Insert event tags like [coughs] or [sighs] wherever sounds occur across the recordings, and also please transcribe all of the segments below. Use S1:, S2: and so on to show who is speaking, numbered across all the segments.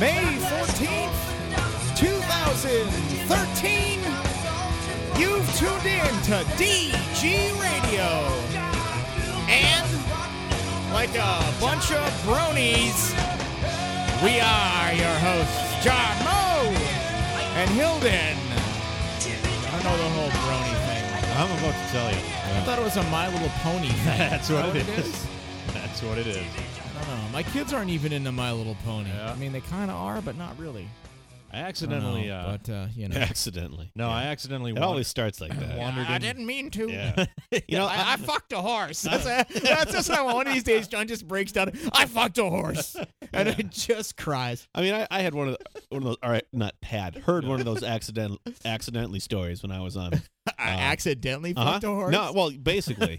S1: May 14th, 2013. You've tuned in to DG Radio. And like a bunch of bronies, we are your hosts, John Moe and Hilden. I don't know the whole brony thing.
S2: I'm about to tell you.
S1: I thought it was a My Little Pony [laughs]
S2: [laughs]
S1: thing.
S2: That's
S1: Is that
S2: what Oh, it is. That's what it is.
S1: I don't know. My kids aren't even into My Little Pony.
S2: Yeah.
S1: I mean, they kind of are, but not really.
S2: I
S1: I don't
S2: accidentally.
S1: know,
S2: uh, [laughs]
S1: but uh, you know,
S3: accidentally.
S2: no, I accidentally.
S3: It
S2: wan-
S3: always starts like that.
S2: wandered
S3: [laughs]
S1: I
S2: in-
S1: didn't mean to.
S2: Yeah.
S3: You know,
S1: I, I fucked a horse.
S3: [laughs]
S1: That's, that's just how one of these days John just breaks down. I fucked a horse, and it just cries.
S3: I mean, I, I had one of the, one of those. All right, not had heard one of those accident accidentally stories when I was
S2: [laughs]
S3: on.
S1: I
S3: Uh,
S1: accidentally
S3: Uh-huh.
S1: fucked a horse.
S3: No, well,
S2: [laughs]
S3: basically,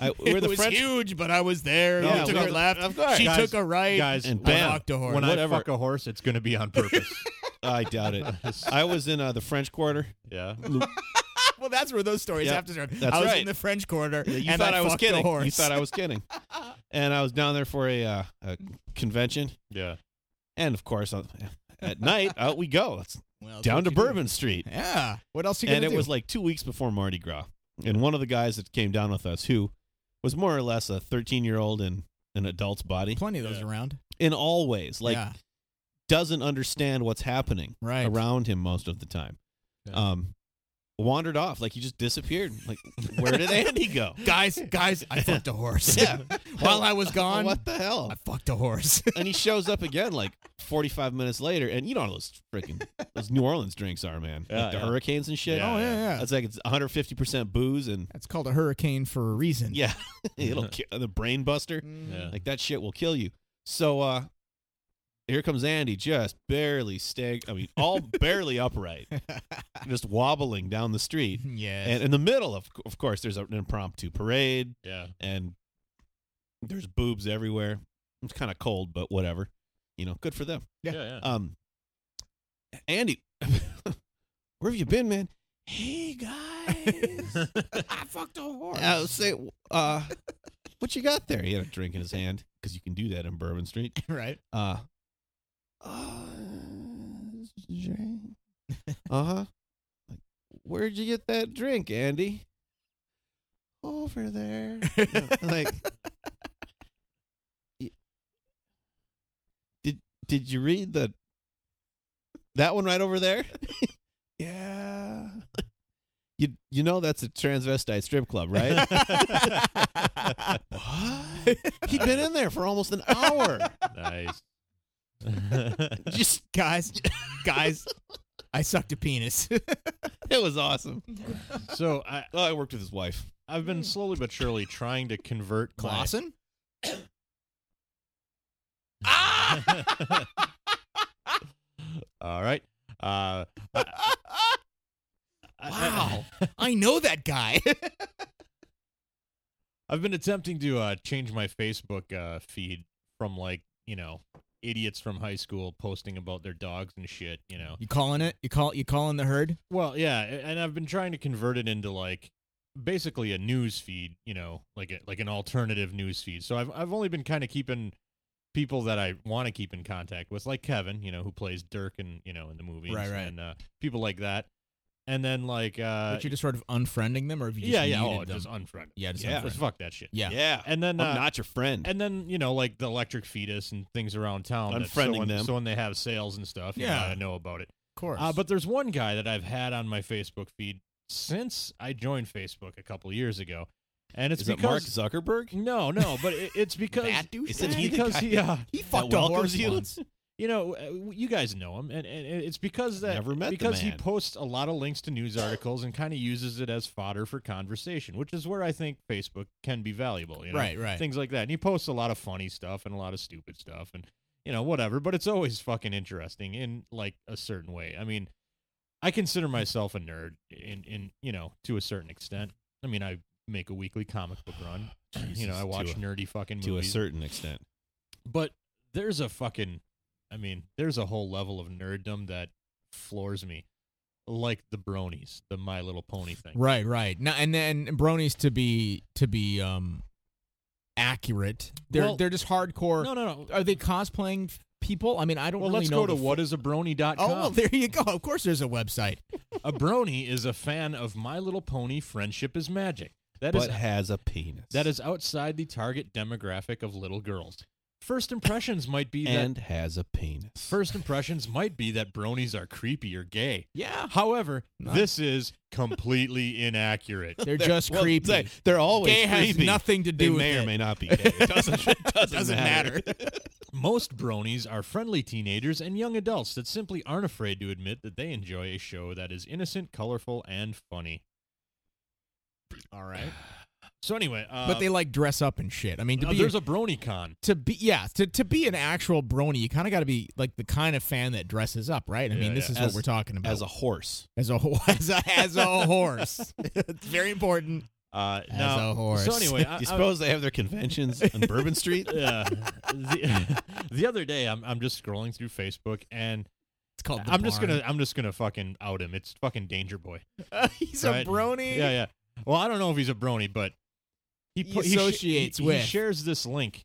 S3: I,
S1: it
S3: we're the
S1: was
S3: French.
S1: huge, but I was there. you
S3: No,
S1: took
S3: we're
S1: her
S3: the-
S1: left.
S3: of course.
S1: She
S2: Guys,
S1: toys took a right.
S2: guys,
S3: and
S1: I
S3: bam.
S1: fucked a horse.
S2: When
S3: Whatever.
S2: I fuck a horse, it's going to be on [laughs] purpose.
S3: I doubt
S2: [laughs]
S3: it. I was in uh, the French Quarter.
S2: yeah.
S1: well, that's where those stories
S3: Yeah,
S1: have to start.
S3: that's
S1: I was in
S3: right.
S1: the French Quarter,
S3: You
S1: and
S3: thought
S1: I,
S3: I, was
S1: fucked
S3: kidding.
S1: a horse.
S3: You thought I was
S1: [laughs]
S3: kidding. and I was down there for a, uh, a convention,
S2: Yeah.
S3: and of course, uh, at night out we go. It's
S1: Well,
S3: down
S1: that's what you
S3: to
S1: do.
S3: Bourbon Street.
S1: Yeah. What else you
S3: and
S1: gonna
S3: it
S1: do?
S3: was like two weeks before Mardi Gras. And one of the guys that came down with us, who was more or less a 13 year old in an adult's body,
S1: plenty of those
S2: Yeah.
S1: around.
S3: in all ways, like
S1: yeah.
S3: doesn't understand what's happening
S1: Right.
S3: around him most of the time.
S2: Yeah.
S3: Um, wandered off, like he just disappeared. Like,
S1: [laughs]
S3: where did Andy go?
S1: guys, guys,
S3: [laughs]
S1: I fucked a horse.
S3: Yeah.
S1: [laughs] While I was gone,
S3: [laughs] What the hell?
S1: I fucked a
S3: [laughs]
S1: horse.
S3: And he shows up again like 45 minutes later, and you know how those freaking those New Orleans drinks are, man.
S2: Yeah,
S3: like the
S2: yeah.
S3: hurricanes and shit.
S2: Yeah,
S1: oh yeah,
S2: yeah.
S1: yeah.
S3: It's like it's 150% booze and
S1: That's called a hurricane for a reason.
S3: Yeah, [laughs] it'll ki- the brain buster.
S1: Mm.
S3: Like that shit will kill you. So uh here comes Andy, just barely stag. I mean,
S2: [laughs]
S3: all barely upright, just wobbling down the street.
S1: Yes.
S3: And in the middle, of c- of course, there's an impromptu parade,
S2: Yeah.
S3: and there's boobs everywhere. It's kind of cold, but whatever. You know, good for them.
S1: Yeah.
S2: Yeah. Yeah.
S3: Um, Andy, [laughs] where have you been, man?
S2: [laughs]
S3: Hey guys,
S1: I fucked a horse.
S2: Oh,
S3: I was say, uh, what you got there? He had a drink in his hand because you can do that in Bourbon Street.
S1: [laughs] right.
S3: Uh, uh [laughs] huh. uh-huh. Like, where'd you get that drink, Andy? Over there.
S2: [laughs]
S3: like, y- did did you read the that one right
S2: [laughs]
S3: over there? yeah. [laughs] You you know that's a transvestite
S2: [laughs]
S3: strip club, right? What? He'd been in there for almost an
S2: [laughs]
S3: hour.
S2: nice.
S3: Just
S1: guys, guys, I sucked a penis. [laughs]
S3: it was awesome.
S2: so I,
S3: Oh, I worked with his wife.
S2: I've been slowly but surely trying to convert my- [coughs]
S1: Clausen?
S2: Ah! All right. Uh, I-
S1: wow. I know
S2: [laughs]
S1: that guy.
S2: I've been attempting to uh, change my Facebook uh, feed from like you know idiots from high school posting about their dogs and shit. You know.
S1: you calling it? You call you calling the herd?
S2: Well, yeah, a- and I've been trying to convert it into like basically a news feed. You know, like a, like an alternative news feed. So I've I've only been kind of keeping people that I want to keep in contact with, like Kevin, you know, who plays Dirk and you know in the movies,
S1: Right, right.
S2: and uh, people like that. And then like uh,
S1: but you're just sort of unfriending them or have you just
S2: yeah, yeah,
S1: muted
S2: oh,
S1: them?
S2: just unfriend.
S1: yeah, just
S3: Yeah.
S1: unfriend.
S2: Just fuck that shit.
S1: Yeah.
S2: And then
S3: I'm
S2: uh,
S3: not your friend.
S2: and then you know like the electric fetus and things around town that- so
S3: Unfriending
S2: when,
S3: them.
S2: so when they have sales and stuff you
S1: Yeah.
S2: gotta know about it
S1: Of course.
S2: uh, but there's one guy that i've had on my facebook feed since i joined facebook a couple years ago and it's
S3: Is it Mark
S2: because
S3: Zuckerberg?
S2: no no but it, it's because
S1: that dude
S3: Isn't he the
S2: because
S3: guy
S2: he uh,
S1: he fucked
S3: that
S1: a
S3: welcomes
S1: horse
S3: you?
S1: once.
S2: you know uh, you guys know him and, and it's because that
S3: Never met the
S2: because he
S3: man.
S2: posts a lot of links to news articles and kind of uses it as fodder for conversation which is where i think facebook can be valuable you know?
S1: Right, right.
S2: things like that. And he posts a lot of funny stuff and a lot of stupid stuff and you know whatever, but it's always fucking interesting in like a certain way. I mean, I consider myself a nerd in in you know to a certain extent. I mean, I make a weekly comic book
S1: [sighs]
S2: run. you know,
S3: Jesus,
S2: I watch
S3: to a-
S2: nerdy fucking
S3: to a
S2: movies.
S3: certain extent.
S2: but there's a fucking I mean, there's a whole level of nerddom that floors me. Like the bronies, the My Little Pony thing.
S1: Right, right. Now and then bronies to be to be um accurate. They're
S2: Well-
S1: they're just hardcore.
S2: No, no, no.
S1: Are they cosplaying f- people? I mean, I don't
S2: Well,
S1: really
S2: let's
S1: know.
S2: go to
S1: the f-
S2: whatasabrony.com.
S1: [laughs] Oh, well, there you go. Of course, there's a website.
S2: a brony is a fan of My Little Pony Friendship is Magic. That is
S3: but has a penis.
S2: that is outside the target demographic of little girls. First impressions might be that
S3: and has a penis.
S2: first impressions might be that bronies are creepy or gay.
S1: Yeah.
S2: However,
S1: No.
S2: this is completely inaccurate.
S1: [laughs] They're just
S3: Well,
S1: creepy.
S3: They, they're always
S1: Gay has
S3: creepy.
S1: nothing to
S3: They
S1: do with
S3: may or
S1: it.
S3: may not be. Gay. It doesn't, it doesn't,
S1: Doesn't
S3: matter.
S2: Most bronies are friendly teenagers and young adults that simply aren't afraid to admit that they enjoy a show that is innocent, colorful, and funny.
S1: All right.
S2: So anyway, uh,
S1: But they like dress up and shit. I mean, to
S2: uh,
S1: be
S2: there's a brony con.
S1: to be yeah to, to be an actual brony, you kind of got to be like the kind of fan that dresses up, right? I
S2: Yeah,
S1: mean, this
S2: yeah.
S1: is
S3: As-
S1: what we're talking about
S3: As a horse.
S1: as a [laughs] ho- as a, as a horse. it's very important.
S2: Uh,
S1: As
S2: now,
S1: a horse.
S2: So
S1: [laughs]
S2: anyway, I,
S3: you
S2: I-
S3: suppose they have their conventions on Bourbon Street?
S2: [laughs] yeah. the, [laughs] the other day, I'm I'm just scrolling through Facebook and
S1: It's called. Oh, The
S2: I'm just [laughs]
S1: barn.
S2: gonna I'm just gonna fucking out him. It's fucking Danger Boy.
S1: [laughs] He's
S2: right?
S1: a brony.
S2: Yeah, yeah. Well, I don't know if he's a brony, but he,
S1: He
S2: pu- sh-
S1: associates
S2: he-
S1: with.
S2: He shares this link,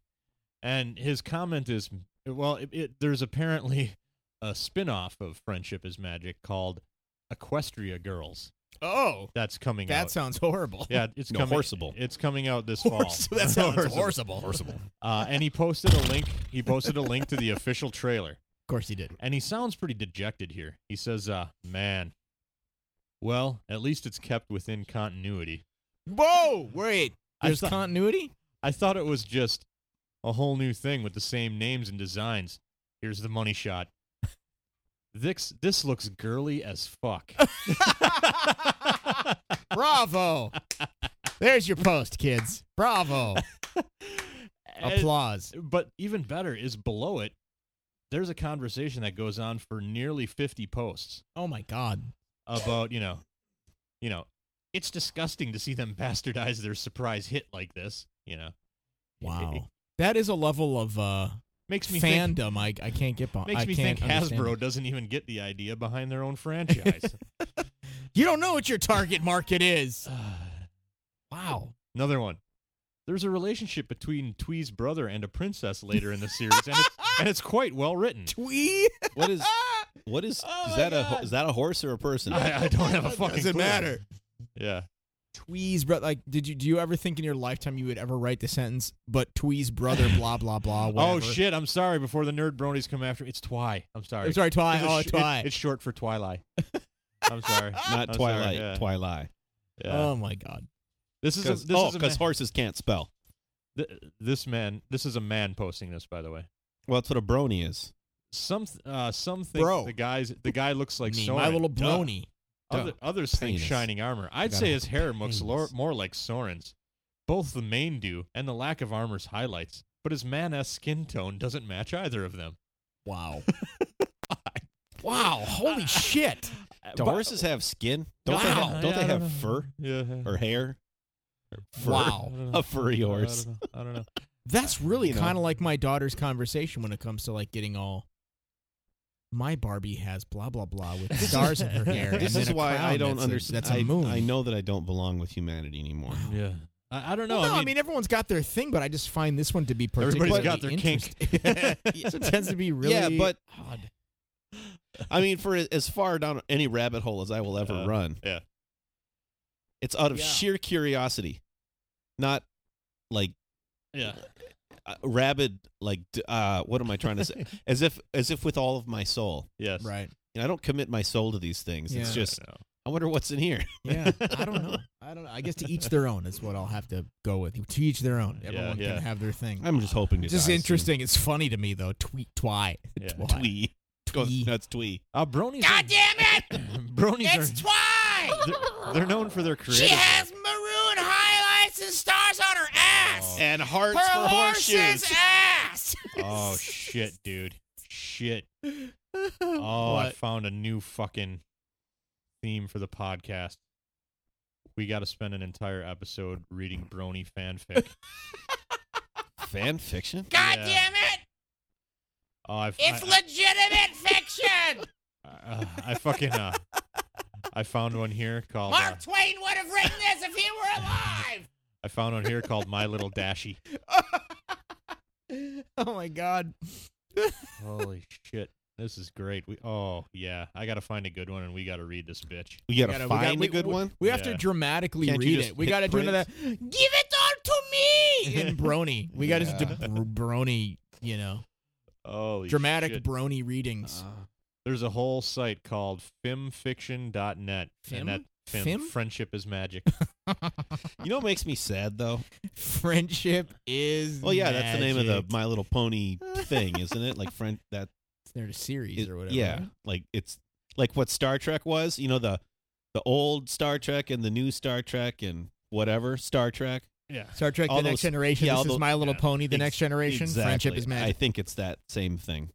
S2: and his comment is, well, it, it, there's apparently a spin-off of Friendship is Magic called Equestria Girls
S1: Oh,
S2: that's coming
S1: that
S2: out.
S1: sounds horrible. [laughs]
S2: Yeah, it's
S3: No,
S2: coming.
S3: horseable.
S2: It's coming out this
S1: Horse,
S2: fall. [laughs]
S1: that sounds
S2: Horseable.
S1: horrible.
S3: Horseable.
S2: Uh, and he posted a link. He posted a link to the official trailer.
S1: Of course he did.
S2: And he sounds pretty dejected here. He says, uh, man, well, at least it's kept within continuity.
S1: Whoa! Wait,
S2: I
S1: there's
S2: thought-
S1: continuity.
S2: I thought it was just a whole new thing with the same names and designs. Here's the money shot. This this looks girly as fuck. [laughs]
S1: Bravo! there's your post, kids. Bravo!
S2: And-
S1: Applause.
S2: but even better is below it. There's a conversation that goes on for nearly 50 posts
S1: Oh my
S2: [laughs]
S1: God.
S2: about you know, you know, it's disgusting to see them [laughs] bastardize their surprise hit like this. You know,
S1: Wow. That is a level of uh,
S2: makes me think
S1: fandom I, I can't get behind.
S2: Makes
S1: oh, I
S2: me
S1: can't
S2: think
S1: understand.
S2: Hasbro doesn't even get the idea behind their own
S1: [laughs]
S2: franchise. [sighs]
S1: You don't know what your target market is.
S2: [laughs] wow. Another one. There's a relationship between Twee's brother and a princess later in the series, and
S1: [laughs]
S2: it's, and it's quite well written.
S1: Twee.
S2: [laughs]
S3: What is what is
S1: Oh my
S3: is that a ho-
S1: God.
S3: is that a horse or a person?
S2: I, I don't have a fucking
S1: Doesn't
S2: clue.
S1: matter.
S2: Yeah.
S1: Twee's brother. Like, did you do you ever think in your lifetime you would ever write the sentence? But Twee's brother. Blah blah
S2: [laughs]
S1: blah.
S2: Oh
S1: whatever."
S2: shit! I'm sorry. Before the nerd bronies come after me, it's Twy. I'm sorry.
S1: I'm sorry, Twi.
S2: It's a
S1: Oh,
S2: sh- it-
S1: Twi.
S2: it's short for
S1: [laughs]
S2: Twilight. I'm sorry.
S3: Not
S2: I'm sorry,
S3: Twilight.
S2: yeah.
S3: Twilight.
S2: Yeah.
S1: Oh my God.
S2: this is a,
S3: 'Cause-
S2: this
S3: oh,
S2: is a
S3: because
S2: man,
S3: horses can't spell.
S2: th- this man. This is a man posting this, by the way.
S3: Well, that's what a brony is.
S2: Some th- uh, some think
S1: Bro.
S2: the guys the guy looks like
S1: Me,
S2: Soren.
S1: my little
S2: Duh.
S1: brony.
S2: Other, others think
S3: Penis.
S2: shining armor. I'd
S1: gotta
S2: say
S1: have
S2: his
S1: a
S2: hair looks lo-
S1: penis.
S2: more like Soren's. Both the mane do, and the lack of armor's highlights. But his man-esque skin tone doesn't match either of them. [laughs]
S1: Wow. wow. Holy shit.
S2: [laughs] Ah.
S3: Do
S2: But-
S3: horses have skin? Don't they
S1: Wow.
S3: have, don't
S2: Yeah, I
S3: they have
S2: know.
S3: fur
S2: Yeah.
S3: or hair? Or fur?
S1: Wow.
S2: I don't know.
S3: A furry horse.
S2: I don't know.
S1: That's really
S3: You know.
S1: kind of like my daughter's conversation when it comes to like getting all. My Barbie has blah blah blah
S2: [laughs]
S1: with stars in her hair. and
S3: This
S1: then
S3: is
S1: a
S3: why
S1: crown
S3: I don't
S1: that's
S3: understand.
S1: A, that's a moon.
S3: I, know that I don't belong with humanity [laughs] anymore.
S2: I don't know. Yeah. I, I don't know.
S1: Well, no,
S2: I mean,
S1: everyone's got their thing, but I just find this one to be particularly
S2: everybody's got their kink.
S1: interesting. so it tends to be really
S3: Yeah, but-
S1: odd.
S3: I mean, for as far down any rabbit hole as I will ever
S2: Uh,
S3: run,
S2: yeah.
S3: it's out of
S1: Yeah.
S3: sheer curiosity, not like
S2: [laughs] yeah.
S3: uh, rabid. Like, d- uh, what am I trying
S1: [laughs]
S3: to say? as if, as if with all of my soul.
S2: Yes.
S1: Right.
S2: [laughs]
S3: And I don't commit my soul to these things. It's
S1: Yeah.
S3: just,
S2: I don't know.
S3: I wonder what's in here.
S1: Yeah. I don't know. I don't know. I guess to each their own is what I'll have to go with. To each their own.
S2: Yeah,
S1: Everyone
S2: yeah.
S1: can have their thing.
S3: [laughs] I'm just hoping to.
S1: just
S3: die soon.
S1: interesting. It's funny to me though. Tweet twi.
S2: Yeah.
S1: Twi.
S3: Twee. Go-
S1: Twee.
S3: That's twee.
S2: Uh, bronies.
S1: God damn it!
S2: [laughs]
S1: [laughs]
S2: bronies are.
S1: twi.
S2: [laughs] They're, they're known for their creative.
S1: maroon highlights and stars on her ass.
S3: And hearts for horseshoes.
S1: ass.
S2: Oh
S1: [laughs]
S2: shit, dude. Shit. Oh, I
S1: What?
S2: found a new fucking theme for the podcast. We got to spend an entire episode reading Brony fanfic.
S3: Fan fiction.
S2: God damn
S1: it!
S2: Oh, I've, I,
S1: legitimate fiction.
S2: uh, I fucking uh, I found one here called uh,
S1: Twain would have written this if he were alive.
S2: I found one
S1: [laughs]
S2: here called My Little Dashy.
S1: oh my god.
S2: [laughs] Holy shit. This is great. We oh yeah, I gotta find a good one and we gotta read this bitch.
S3: We gotta,
S1: We gotta- we gotta-
S3: find
S1: we-
S3: a good
S1: we-
S3: one.
S1: We have to
S2: Yeah.
S1: dramatically
S3: Can't you
S1: read
S3: just
S1: it. We
S3: hit
S1: got to do
S3: print?
S1: another. Give it all to
S3: [laughs]
S1: me in Brony. We got to do
S3: Yeah.
S1: br- Brony. You know,
S2: Oh
S1: dramatic
S2: shit.
S1: Brony readings.
S2: There's a whole site called fimfiction.net.
S1: Fim?
S2: And that fim,
S1: Fim?
S2: friendship is
S3: [laughs]
S2: magic. Uh-huh.
S3: you know what makes me sad though?
S1: [laughs] Friendship is.
S3: Well, yeah, that's the name of the
S1: magic.
S3: My
S1: [laughs]
S3: Little Pony thing, isn't it? Like friend that
S1: They're a series
S3: it-
S1: or whatever.
S3: Yeah,
S1: right?
S3: like it's like what Star Trek was. You know the the old Star Trek and the new Star Trek and whatever Star Trek.
S2: yeah.
S1: Star Trek:
S3: All
S1: The Next
S3: those-
S1: Generation.
S3: yeah, all
S1: this is
S3: those-
S1: My Little
S2: yeah.
S1: Pony: The
S3: Ex-
S1: Next Generation. Friendship
S3: Exactly.
S1: is
S3: I
S1: magic.
S3: think it's that same thing.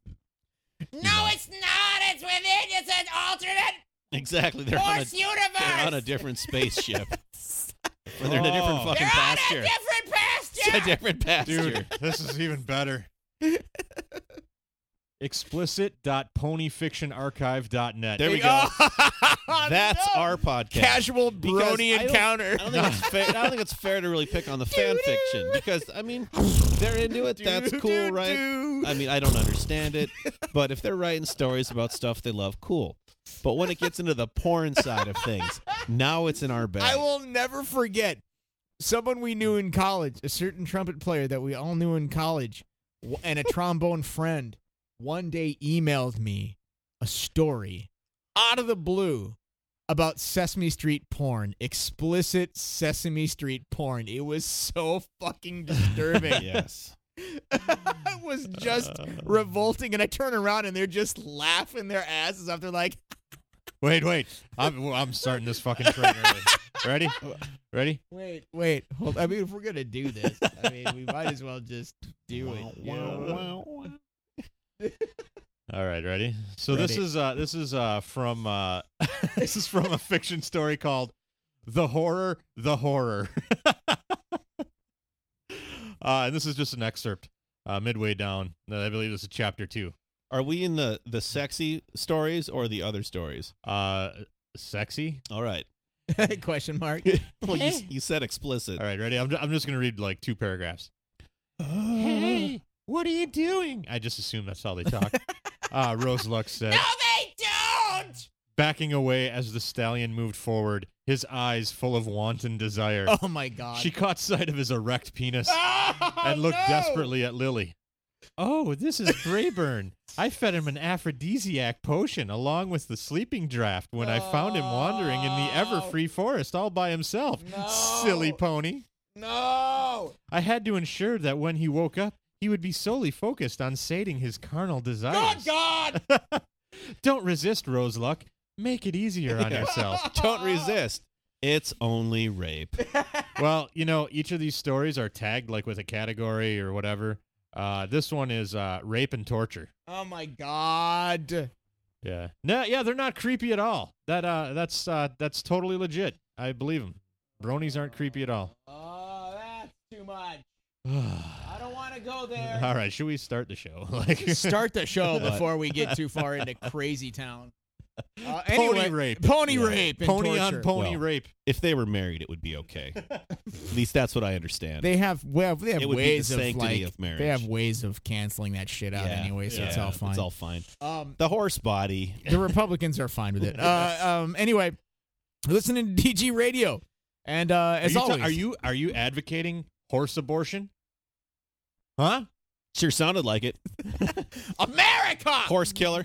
S4: No, it's not. It's within. It's an alternate
S3: Exactly. They're on a,
S4: force universe.
S3: they're on a
S4: [laughs]
S3: different spaceship. Or they're in a different
S2: Oh.
S3: fucking
S4: They're on a
S3: pasture.
S4: different
S3: It's
S4: pasture.
S3: a different pasture.
S2: Dude, this is even
S3: [laughs]
S2: better. Explicit.ponyfictionarchive.net.
S3: There we go.
S4: Oh,
S3: That's our
S1: Oh,
S3: podcast.
S1: [laughs] Casual
S3: Because
S1: Brony
S3: I don't-
S1: encounter.
S3: I don't think it's fair. I don't think it's fair to really pick on the fan fiction because I mean they're into it. That's cool, right? I mean, I don't understand it, but if they're writing stories about stuff they love, cool. But when it gets into the porn side of things, now it's in our bag.
S1: I will never forget someone we knew in college, a certain trumpet player that we all knew in college, w- and a trombone friend one day emailed me a story out of the blue about Sesame Street porn, explicit Sesame Street porn. It was so fucking
S3: [laughs]
S1: disturbing.
S3: Yes.
S1: it was just revolting. And I turn around and they're just laughing their asses off. They're like,
S2: Wait, wait. I'm, well, I'm starting this fucking train
S3: [laughs]
S2: early. Ready? Ready?
S1: Wait, wait, hold. I mean, if we're gonna do this, I mean, we might as well just do it. you know?
S2: All right, ready? So this
S1: Ready.
S2: is uh this is uh from uh [laughs] this is from a fiction story called The Horror, The Horror. [laughs] uh and this is just an excerpt uh midway down. Uh, I believe this is chapter 2.
S3: Are we in the the sexy stories or the other stories?
S2: Uh sexy?
S3: All right.
S1: [laughs] Question mark.
S3: Well, you, you said explicit.
S2: All right, ready? I'm, I'm just going to read like two paragraphs.
S3: Hey,
S2: what are you doing? I just assume that's how they
S1: [laughs]
S2: talk. uh, Rose Lux said,
S4: No, they don't.
S2: backing away as the stallion moved forward, his eyes full of wanton desire.
S1: Oh my god. [laughs]
S2: She caught sight of his erect penis
S1: Oh,
S2: and looked
S1: no!
S2: desperately at Lily. Oh, this is Brayburn. I fed him an aphrodisiac potion along with the sleeping draft when I found him wandering in the ever free forest all by himself. Silly
S1: Oh. No.
S2: pony.
S1: No.
S2: I had to ensure that when he woke up, he would be solely focused on sating his carnal
S1: Good
S2: desires. [laughs]
S1: God.
S2: Don't resist, Roseluck. Make it easier on
S1: [laughs]
S3: Yeah.
S2: yourself.
S3: Don't [laughs] resist. It's only rape.
S2: well, you know, each of these stories are tagged like with a category or whatever. Uh, this one is uh, rape and torture.
S1: Oh my god.
S2: Yeah. No, yeah, they're not creepy at all. That uh, that's uh, that's totally legit. I believe them. Bronies aren't creepy at all. [sighs]
S1: Oh, that's too much.
S2: all
S1: I don't want to go
S2: right, should we start the show? [laughs] Like
S1: Start
S2: [laughs]
S1: the show
S3: What?
S1: before we get too far into crazy town. Uh,
S2: pony
S1: anyway,
S2: rape,
S1: Pony
S3: Yeah.
S1: rape. and
S2: pony on
S1: torture.
S2: pony
S3: Well,
S2: rape.
S3: If they were married, it would be okay. At least that's what I understand.
S1: They have well, they have
S3: it would
S1: ways
S3: be the
S1: of
S3: sanctity
S1: like
S3: of marriage.
S1: They have ways of canceling that shit out
S3: Yeah,
S1: anyway, so it's
S3: yeah,
S1: all fine.
S3: It's all fine.
S1: um,
S3: The horse body.
S1: the Republicans are fine with
S3: [laughs]
S1: it. Uh, um, anyway, listening to DG Radio, and uh, as
S2: are you ta-
S1: always,
S2: are you are you advocating horse abortion? Huh?
S3: Sure sounded
S1: [laughs]
S3: like it.
S1: America?
S3: Horse killer.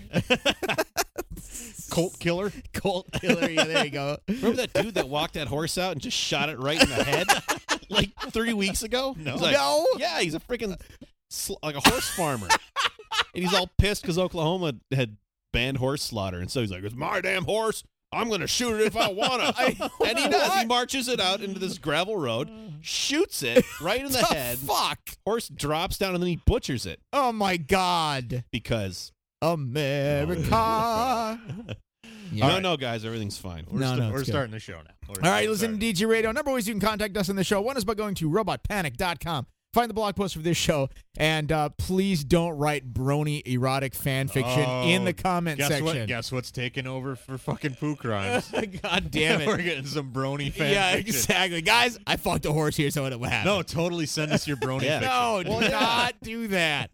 S2: Colt killer?
S1: Colt killer. Yeah, there you [laughs] go.
S3: Remember that dude that walked that horse out and just shot it right in the [laughs] head like three weeks ago?
S2: No.
S3: He's like,
S1: no,
S3: Yeah, he's a freaking sl- like a horse farmer, and he's all pissed because Oklahoma had banned horse slaughter, and so he's like, "It's my damn horse. I'm gonna shoot it if
S1: [laughs]
S3: I wanna." and he does. He marches it out into this gravel road, shoots it right in the,
S1: The
S3: head.
S1: fuck.
S3: Horse drops down, and then he butchers it
S1: Oh my God,
S3: because
S1: America. Yeah.
S3: [laughs] no, no, guys, everything's fine.
S2: We're,
S1: No,
S2: sta-
S1: no, it's
S2: we're
S1: good.
S2: starting the show now. We're-
S1: All right,
S2: we're
S1: listen
S2: starting.
S1: to DG Radio. A number of ways you can contact us on the show. One is by going to robotpanic.com. Find the blog post for this show. And uh, please don't write brony erotic fan fiction
S2: Oh,
S1: in the comment
S2: Guess what?
S1: section.
S2: Guess what's taking over for fucking poo crimes? [laughs]
S1: God [laughs] damn
S2: We're
S1: it.
S2: getting some brony fan
S1: yeah,
S2: fiction.
S1: exactly. Guys, I fucked a horse here, so it would happen. [laughs]
S2: No, totally send us your brony
S3: Yeah.
S2: fiction.
S1: No, do
S3: Well, yeah.
S1: not do that.
S2: [laughs]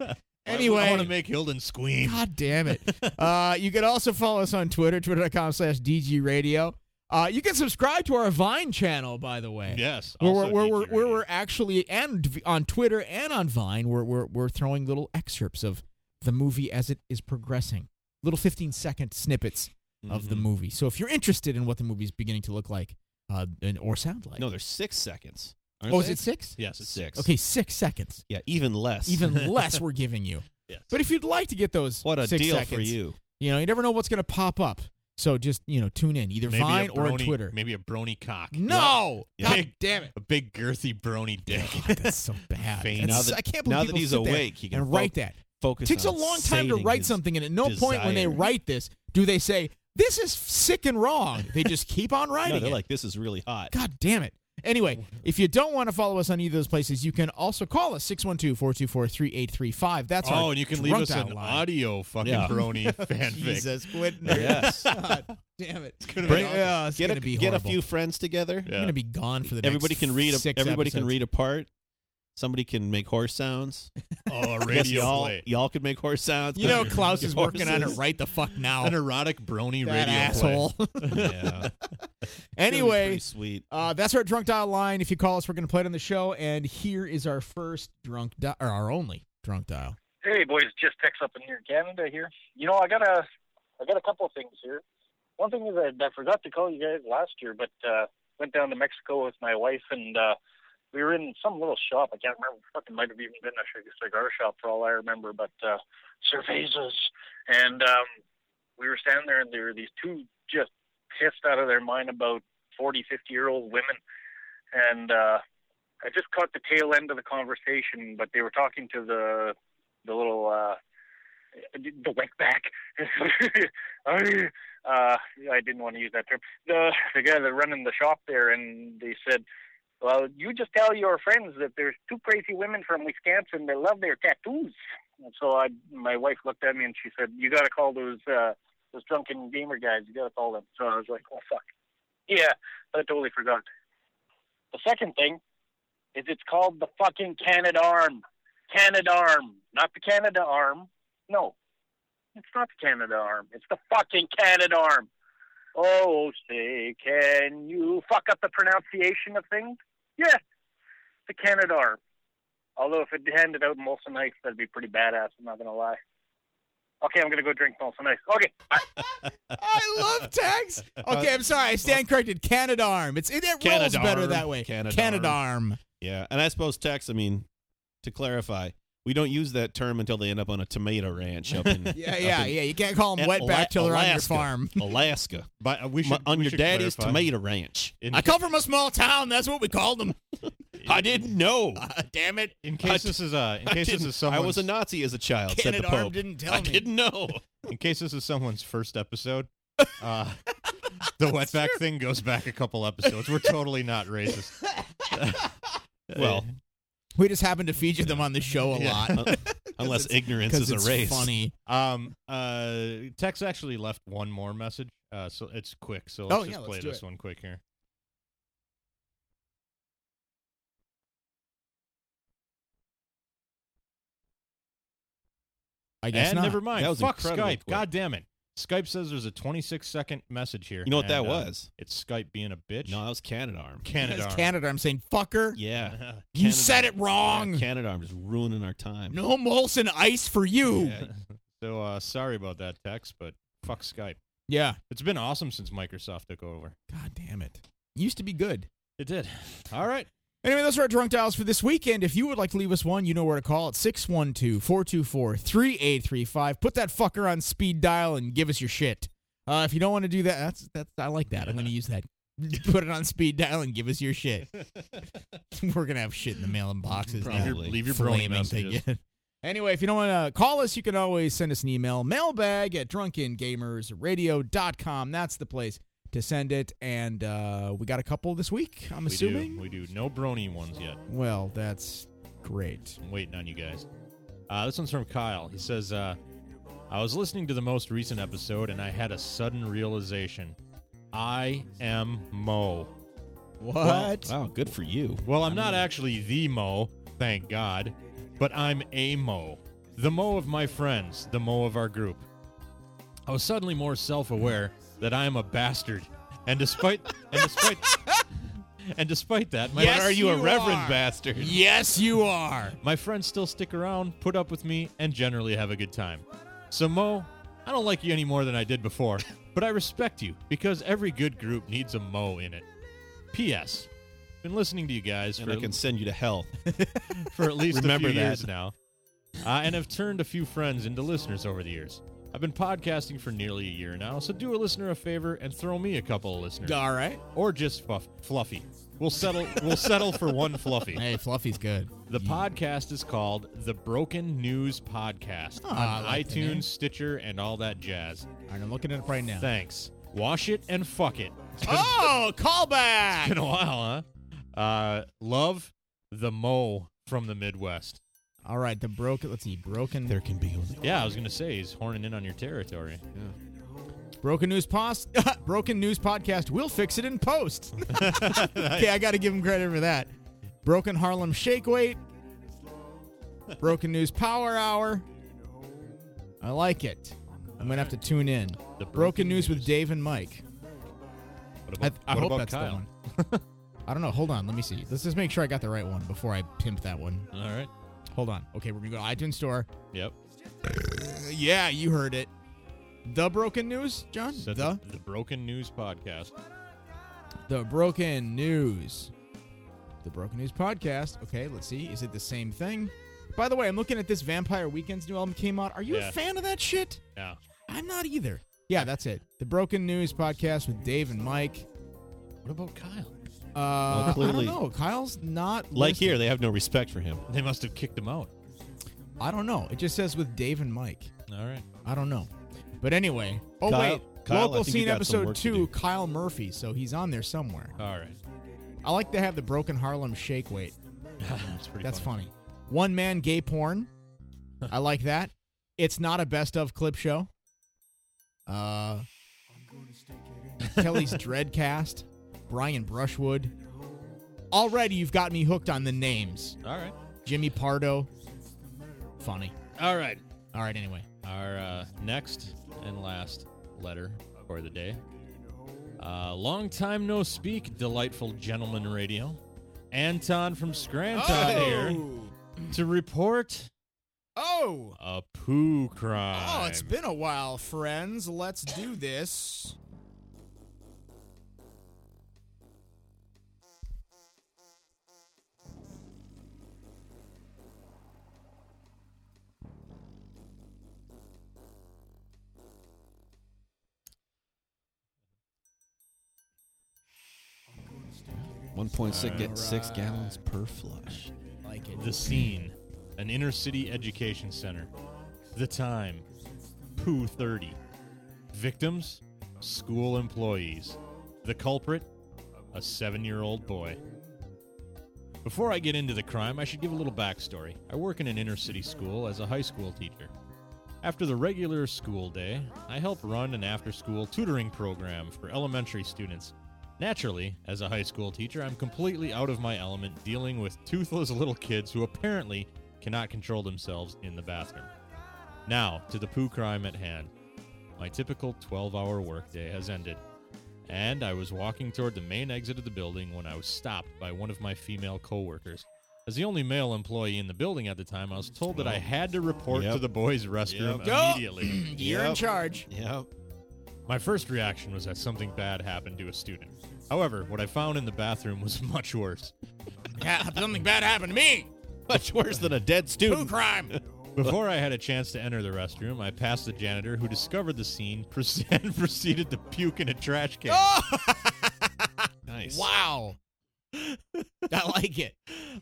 S2: I want
S1: [laughs] Anyway.
S2: to make Hilden squeam.
S1: God damn it. Uh, you can also follow us on Twitter, twitter.com slash DG Radio. Uh, you can subscribe to our Vine channel, by the way.
S2: [laughs] Yes.
S1: Where we're,
S2: also
S1: where,
S2: DG
S1: we're, where
S2: Radio.
S1: we're actually, and v- on Twitter and on Vine, we're, we're, we're throwing little excerpts of the movie as it is progressing, little 15 second snippets of the
S2: Mm-hmm.
S3: Mhm.
S1: movie. So if you're interested in what the movie's beginning to look like uh, and, or sound like.
S3: No, there's six seconds. aren't
S1: oh, is
S3: they?
S1: it six?
S2: Yes, it's six.
S1: Okay, six seconds.
S3: Yeah, even
S2: [laughs]
S3: less.
S1: Even less we're giving you.
S2: Yes.
S1: But if you'd like to get those
S3: what a
S1: six
S3: deal for
S1: seconds,
S3: you.
S1: You know, you never know what's going to pop up. So just, you know, tune in either
S2: maybe
S1: Vine
S2: a
S1: or
S2: brony,
S1: on Twitter.
S2: Maybe a brony cock.
S1: No!
S2: Yeah.
S1: God
S2: Big-
S1: damn it.
S2: A big girthy
S1: [laughs]
S2: brony dick.
S1: God, that's so bad.
S2: Faint.
S1: That's-
S3: Now that-
S1: I can't believe
S3: Now that
S1: people
S3: he's
S1: sit there
S3: awake, he can
S1: and write
S3: fo-
S1: that. It
S3: focus.
S1: takes a
S3: on
S1: long time to
S3: sating
S1: write
S3: his-
S1: something, and at no point when they
S3: desire.
S1: write this do they say, this is sick and wrong. They just keep on writing
S3: [laughs] No, they're
S1: it.
S3: like, this is really hot.
S1: God damn it. Anyway, if you don't want to follow us on either of those places, you can also call us
S2: [laughs]
S1: 612-424-3835. That's our
S2: oh, and you can leave
S1: drunk
S2: us
S1: out
S2: an
S1: line.
S2: audio fucking
S3: Yeah.
S1: [laughs]
S2: brony fanfic.
S1: Jesus, quit. [laughs]
S3: Yes.
S1: God [laughs] damn it.
S2: It's gonna be
S3: Bring-
S2: awesome.
S1: Yeah, it's
S3: Get
S1: gonna
S3: a,
S1: be
S3: get a
S1: horrible.
S3: few friends together.
S2: [laughs] Yeah.
S1: I'm gonna be gone for the next
S3: Everybody can read. A,
S1: six
S3: everybody can
S1: episodes.
S3: read a part. Somebody can make
S2: [laughs]
S3: horse sounds.
S1: [laughs]
S2: Oh, a
S3: I guess
S2: radio
S3: y'all,
S2: play.
S3: y'all can make horse sounds.
S1: You know, Klaus is
S3: [laughs] Your
S1: working on it
S3: [laughs] horses.
S1: right the fuck now.
S2: An erotic brony
S1: that
S2: radio
S3: [laughs]
S1: asshole.
S2: play. Yeah.
S3: It's gonna be
S1: anyway,
S3: pretty sweet.
S1: uh, that's our drunk dial line. If you call us, we're gonna play it on the show. And here is our first drunk dial, or our only drunk dial.
S5: Hey boys, just text up in here in Canada here. You know, I got a I got a couple of things here. One thing is I, I forgot to call you guys last year, but uh went down to Mexico with my wife and uh we were in some little shop. I can't remember. Fucking might have even been a cig- cigar shop for all I remember, but uh cervezas. And um we were standing there and there were these two just pissed out of their mind about 40, 50 year old women and uh I just caught the tail end of the conversation, but they were talking to the the little uh the [laughs] wetback. uh I didn't want to use that term. The the guy that running the shop there and they said, Well, you just tell your friends that there's two crazy women from Wisconsin that love their tattoos. And so I my wife looked at me and she said, You gotta call those uh those drunken gamer guys, you gotta call them. So I was like, Oh fuck. Yeah, I totally forgot. The second thing is it's called the fucking Canada arm. Canada arm, not the Canada arm. No, it's not the Canada arm. It's the fucking Canada arm. Oh, say, can you fuck up the pronunciation of things? Yeah, the Canada arm. Although if it handed out Molson Ice, that'd be pretty badass. I'm not gonna lie. Okay, I'm gonna go drink Molson Ice. Okay, bye.
S1: I love
S3: [laughs]
S1: tags. Okay, I'm sorry. I stand corrected. Canadarm. It's it, it rolls
S2: Canadarm.
S1: better that way.
S2: Canadarm.
S3: [laughs]
S1: Canadarm.
S3: Yeah, and I suppose Tex. I mean, to clarify, we don't use that term until they end up on a tomato ranch up in
S1: [laughs] Yeah,
S3: up
S1: yeah,
S3: in
S1: yeah. You can't call them
S3: Ala-
S1: wetback till they're on your
S3: Alaska.
S1: farm.
S3: Alaska,
S1: [laughs]
S2: But uh, we
S3: My-
S2: should,
S3: on
S2: we
S3: your
S2: should
S3: daddy's
S2: clarify.
S3: tomato ranch.
S2: In,
S1: I come from a small town. That's what we called [laughs] them.
S3: I
S1: [laughs]
S3: didn't know.
S1: Uh, damn it.
S2: in case this is uh, in
S1: [laughs]
S3: I,
S2: case this
S3: didn't-
S2: is someone's
S3: I was a Nazi as a child. said the
S1: Canadarm
S3: Pope.
S1: didn't tell
S3: I
S1: me. [laughs]
S3: didn't know.
S2: in case this is someone's first episode,
S1: [laughs]
S2: uh, the wetback thing goes back a couple episodes.
S1: [laughs]
S2: We're totally not racist.
S3: Well,
S1: We just happen to feature them on the show a
S2: Yeah.
S1: lot. [laughs]
S3: [laughs] un- unless
S1: it's-
S3: ignorance
S1: because
S3: is
S1: it's
S3: a race.
S1: funny.
S2: um, uh, Tex actually left one more message, uh, so it's quick. So let's
S1: Oh, yeah,
S2: just
S1: let's
S2: play
S1: do
S2: this
S1: it.
S2: one quick here.
S1: I guess
S2: and
S1: not.
S2: never mind.
S3: That was
S2: Fuck
S3: incredibly
S2: Skype.
S3: quick.
S2: God damn it. Skype says there's a 26 second message here.
S3: You know what
S2: and,
S3: that
S2: uh,
S3: was?
S2: it's Skype being a bitch.
S3: No, that was Canadarm.
S2: Canada.
S1: It's Canada. I'm saying, fucker,
S3: Yeah.
S1: [laughs] you
S3: Canadarm.
S1: said it wrong.
S3: Yeah, Canadarm is ruining our time.
S1: no Molson Ice for you. Yeah.
S3: Yeah.
S2: [laughs] so uh, sorry about that, Tex, but fuck Skype. It's been awesome since Microsoft took over.
S1: God damn it. Used to be good.
S2: It did. All right.
S1: Anyway, those are our drunk dials for this weekend. If you would like to leave us one, you know where to call. It's 612 424 3835. Put that fucker on speed dial and give us your shit. Uh, if you don't want to do that, that's that's I like that. I'm going to use that. [laughs] Put it on speed dial and give us your shit. [laughs] We're going to have shit in the mail in boxes. now.
S2: Leave your,
S3: Probably.
S2: leave your brony
S1: flaming
S2: messages.
S1: thing. [laughs] anyway, if you don't want to call us, you can always send us an email mailbag at drunkengamersradio.com. That's the place to send it. And uh, we got a couple this week, I'm
S2: We
S1: assuming.
S2: do. We do. No brony ones yet.
S1: Well, that's great.
S2: I'm waiting on you guys. Uh, this one's from Kyle. He says, uh, I was listening to the most recent episode and I had a sudden realization. I am Mo.
S1: What?
S3: Wow, good for you.
S2: Well, I'm not actually the Mo, thank God, but I'm a Mo. The mo of my friends, the mo of our group. I was suddenly more self-aware that I am a bastard, and despite and despite [laughs] and despite that, my
S1: Yes,
S3: are you, a
S1: you
S3: reverend
S1: are.
S3: bastard?
S1: Yes, you are.
S2: my friends still stick around, put up with me, and generally have a good time. So, Mo, I don't like you any more than I did
S3: [laughs]
S2: before, but I respect you because every good group needs a Mo in it. P.S. Been listening to you guys
S3: And
S2: for,
S3: I can send you
S1: [laughs]
S3: to hell.
S2: for at least
S3: [laughs] remember
S2: a few
S3: that.
S2: years now, uh, and have turned a few friends into listeners over the years. I've been podcasting for nearly a year now, so do a listener a favor and throw me a couple of listeners,
S1: All right.
S2: or just fluff, Fluffy. We'll settle. We'll settle for one Fluffy.
S1: Hey, Fluffy's good.
S2: The podcast is called The Broken News Podcast
S1: Oh, I
S2: on
S1: like the name.
S2: iTunes, Stitcher, and all that jazz.
S1: All right, I'm looking at it right now.
S2: Thanks. Wash it and fuck it. It's been, [laughs]
S1: Oh,
S2: been
S1: callback.
S2: a while, huh? Uh, love the Mo from the Midwest.
S1: All right, the broken. Let's see, broken.
S3: there can be only.
S2: Yeah, I was gonna say he's horning in on your territory.
S1: Broken news post. [laughs] broken news podcast. We'll fix it in post. [laughs] okay, I got to give him credit for that. Broken Harlem Shake Weight. Broken news Power Hour. I like it. I'm gonna have to tune in.
S2: The
S1: Broken news with Dave and Mike.
S2: What
S1: I,
S2: about,
S1: I
S2: what
S1: hope
S2: about
S1: that's
S2: Kyle?
S1: the one. [laughs] I don't know. Hold on. Let me see. Let's just make sure I got the right one before I pimp that one.
S2: All right.
S1: Hold on. Okay, we're gonna go to iTunes Store.
S2: Yep.
S1: Yeah, you heard it. The broken news, John.
S2: Said
S1: the
S2: the Broken News Podcast.
S1: The Broken News. The Broken News Podcast. Okay, let's see. Is it the same thing? By the way, I'm looking at this Vampire Weekend's new album came out. Are you
S2: Yeah.
S1: a fan of that shit?
S2: Yeah.
S1: I'm not either. Yeah, that's it. The Broken News Podcast with Dave and Mike.
S2: What about Kyle?
S1: Uh, I don't
S3: clearly-
S1: know. Kyle's not
S3: Like
S1: listed.
S3: here, they have no respect for him.
S2: They must have kicked him out.
S1: I don't know. It just says with Dave and Mike.
S2: All right.
S1: I don't know. But anyway. Oh
S3: Kyle-
S1: wait.
S3: Kyle, I
S1: Local
S3: think you
S1: scene
S3: got some
S1: episode
S3: work to
S1: two.
S3: do.
S1: Kyle Murphy. So he's on there somewhere.
S2: All right. [laughs]
S1: I like to have the Broken Harlem Shake weight.
S2: That's pretty.
S1: That's funny. One man gay
S3: [laughs]
S1: porn. I like that. It's not a best of clip show. Uh,
S3: [laughs]
S1: Kelly's Dreadcast. Brian Brushwood. Already you've got me hooked on the names.
S2: All right.
S1: Jimmy Pardo. Funny.
S2: All right.
S1: All right, anyway.
S2: Our uh, next and last letter for the day. Uh, long time no speak, delightful gentleman radio. Anton from Scranton here to report
S1: Oh!
S2: a poo crime.
S1: Oh, it's been a while, friends. Let's do this.
S3: One point six six gallons per flush.
S1: Like it.
S2: the scene, an inner city education center. The time, poo thirty. Victims, school employees. The culprit, a seven year old boy. Before I get into the crime, I should give a little backstory. I work in an inner city school as a high school teacher. After the regular school day, I help run an after school tutoring program for elementary students. Naturally, as a high school teacher, I'm completely out of my element dealing with toothless little kids who apparently cannot control themselves in the bathroom. Now, to the poo crime at hand. My typical 12 hour workday has ended, and I was walking toward the main exit of the building when I was stopped by one of my female coworkers. As the only male employee in the building at the time, I was told that I had to report
S3: Yep.
S2: to the boys' restroom
S1: Yep.
S2: immediately.
S1: You're in
S3: Yep.
S1: charge.
S3: Yep.
S2: [clears throat]
S3: [laughs]
S2: My first reaction was that something bad happened to a student. However, what I found in the bathroom was [laughs] much worse.
S1: Yeah, something bad happened to me.
S3: Much worse than a dead
S2: [laughs]
S1: Poo
S3: student.
S1: crime.
S2: Before I had a chance to enter the restroom, I passed the janitor who discovered the scene [laughs] proce- and proceeded to puke in a trash can. [laughs]
S3: Nice.
S1: Wow. I like it.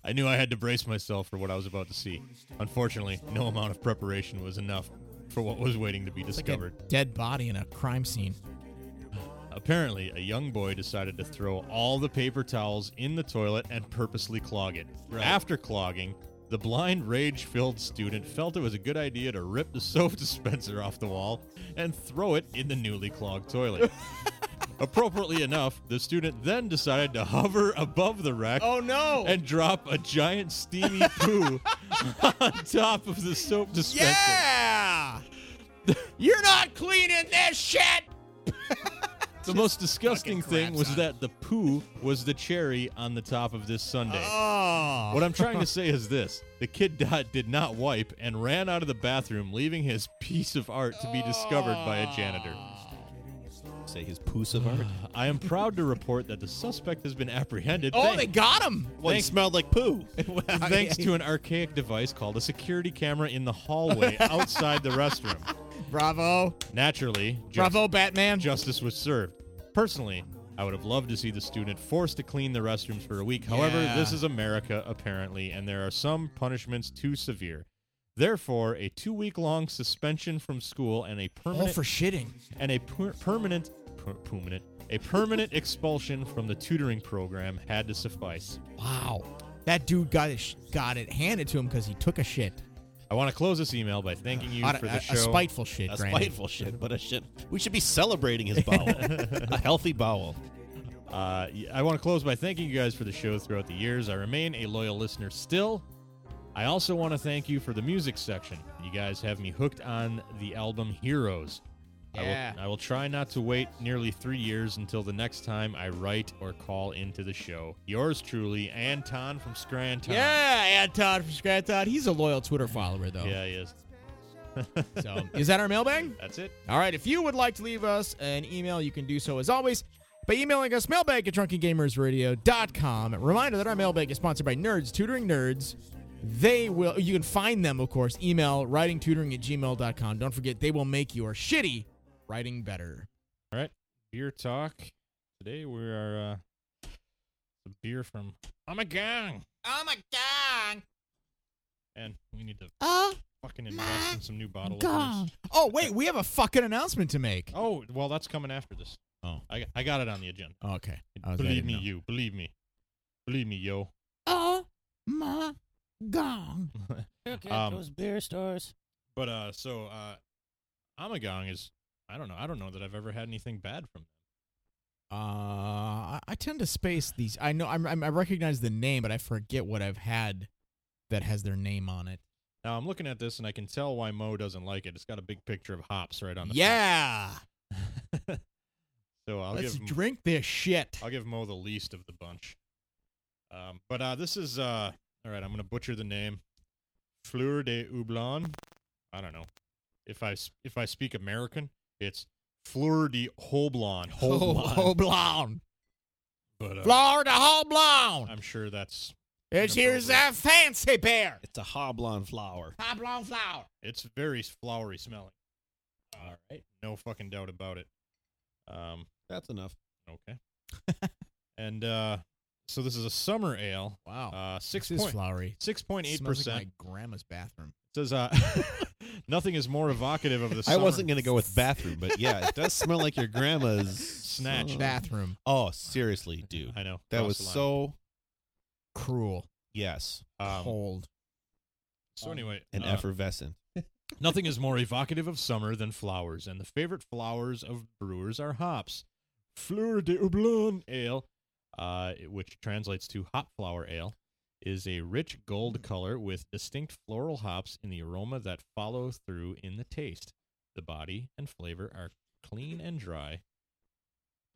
S2: I knew I had to brace myself for what I was about to see. Unfortunately, no amount of preparation was enough for what was waiting to be
S1: Like a
S2: discovered.
S1: dead body in a crime scene.
S2: Apparently, a young boy decided to throw all the paper towels in the toilet and purposely clog it. After clogging, the blind, rage filled student felt it was a good idea to [laughs]
S1: [laughs]
S2: rip the soap dispenser off the wall and throw it in the newly clogged toilet. Appropriately enough, the student then decided to hover above the rack
S1: Oh no!
S2: and drop a giant steamy
S1: [laughs]
S2: poo on top of the soap dispenser.
S1: yeah, you're not cleaning this shit.
S2: The most disgusting
S1: fucking
S2: thing
S1: craps
S2: was
S1: on
S2: that the poo was the cherry on the top of this Sunday.
S1: Oh,
S2: What I'm trying to say is this the kid Dot did not wipe and ran out of the bathroom, leaving his [laughs] piece of art to be discovered by a janitor.
S3: Say his poos of art.
S2: I am proud to report that the suspect has been apprehended.
S1: Oh,
S2: thank-
S1: they got him.
S3: Well, he
S2: Thanks.
S3: smelled like [laughs] poo.
S2: Thanks to an archaic device called a security camera in the
S1: [laughs]
S2: hallway outside the restroom.
S1: Bravo,
S2: Naturally, ju-
S1: bravo, Batman.
S2: justice was served. Personally, I would have loved to see the student forced to clean the restrooms for a week. However,
S1: Yeah.
S2: this is America, apparently, and there are some punishments too severe. Therefore, a two week long suspension from school and a
S1: All
S2: permanent
S1: Oh, for shitting.
S2: and a per- permanent per- permanent a permanent expulsion from the tutoring program had to suffice.
S1: Wow, that dude got it, sh- got it handed to him because he took a shit.
S2: I want to close this email by thanking you
S1: Not
S2: for
S1: a,
S2: the
S1: a- a
S2: show.
S1: spiteful shit,
S3: That's
S1: Granny.
S3: spiteful shit, but a shit. We should be celebrating his [laughs] bowel. a healthy bowel.
S2: Uh, y- I want to close by thanking you guys for the show throughout the years. I remain a loyal listener still. I also want to thank you for the music section. You guys have me hooked on the album Heroes.
S1: Yeah.
S2: I, will, I will try not to wait nearly three years until the next time I write or call into the show. Yours truly, Anton from Scranton.
S1: Yeah, Anton from Scranton. He's a loyal Twitter follower, though.
S2: Yeah, he is.
S1: So, is that our mailbag?
S2: That's it.
S1: All right, if you would like to leave us an email, you can do so as always by emailing us mailbag at drunkengamersradio.com. Reminder that our mailbag is sponsored by Nerds Tutoring Nerds. They will, you can find them, of course, email writingtutoring at gmail.com. Don't forget, they will make your shitty writing better.
S2: All right, beer talk. Today we are uh, the beer from Amagang,
S4: Oh my god.
S2: and we need to
S1: Uh,
S2: fucking invest in some new bottle openers.
S1: oh, wait, we have a fucking announcement to make.
S2: Oh, well, that's coming after this.
S1: Oh.
S2: I, I got it on the agenda.
S4: Oh.
S1: Okay. I was- I
S2: Believe
S1: didn't
S2: me,
S1: know.
S2: you. Believe me. Believe me, yo.
S4: Oh my god. Look at
S2: Um,
S4: those beer stores.
S2: But uh, so uh, Amagong is. I don't know. I don't know that I've ever had anything bad from them.
S1: Uh, I I tend to space these. I know I'm, I'm, I recognize the name, but I forget what I've had that has their name on it.
S2: Now I'm looking at this and I can tell why Mo doesn't like it. It's got a big picture of hops right on the.
S1: yeah,
S2: front. so I'll
S1: let's
S2: give Mo-
S1: drink this shit.
S2: I'll give Mo the least of the bunch. Um, but uh, this is uh, all right. I'm gonna butcher the name. Fleur de Houblon. I don't know if I s- if I speak American, it's Fleur de
S1: [laughs]
S2: Houblon.
S1: Oh, Whole blown,
S2: But, uh,
S1: Florida whole blown.
S2: I'm sure that's
S1: It's here's that fancy bear.
S3: It's a hoblon flower.
S1: Oblong flower.
S2: it's very flowery smelling. All right, no fucking doubt about it. Um,
S3: That's enough.
S2: okay.
S1: [laughs]
S2: and uh, so this is a summer ale.
S1: Wow,
S2: Uh, six
S1: this is
S2: point
S1: flowery.
S2: six point eight
S1: Smells
S2: percent.
S1: like my grandma's bathroom.
S2: says uh, [laughs] nothing is more evocative of the
S3: [laughs] I
S2: summer-
S3: wasn't gonna go with bathroom, but yeah, it does smell like your grandma's
S2: Snatch.
S3: Oh.
S1: Bathroom,
S3: [laughs] Oh, seriously, dude, [laughs]
S2: I know
S3: that was
S2: crossed the line.
S3: so
S1: cruel,
S3: yes
S2: Um,
S1: cold.
S2: so anyway,
S3: and
S2: uh,
S3: effervescent.
S2: nothing is more evocative of summer than flowers, and the favorite flowers of brewers are hops. Fleur de Houblon ale, uh, which translates to hop flower ale, is a rich gold color with distinct floral hops in the aroma that follow through in the taste. The body and flavor are clean and dry.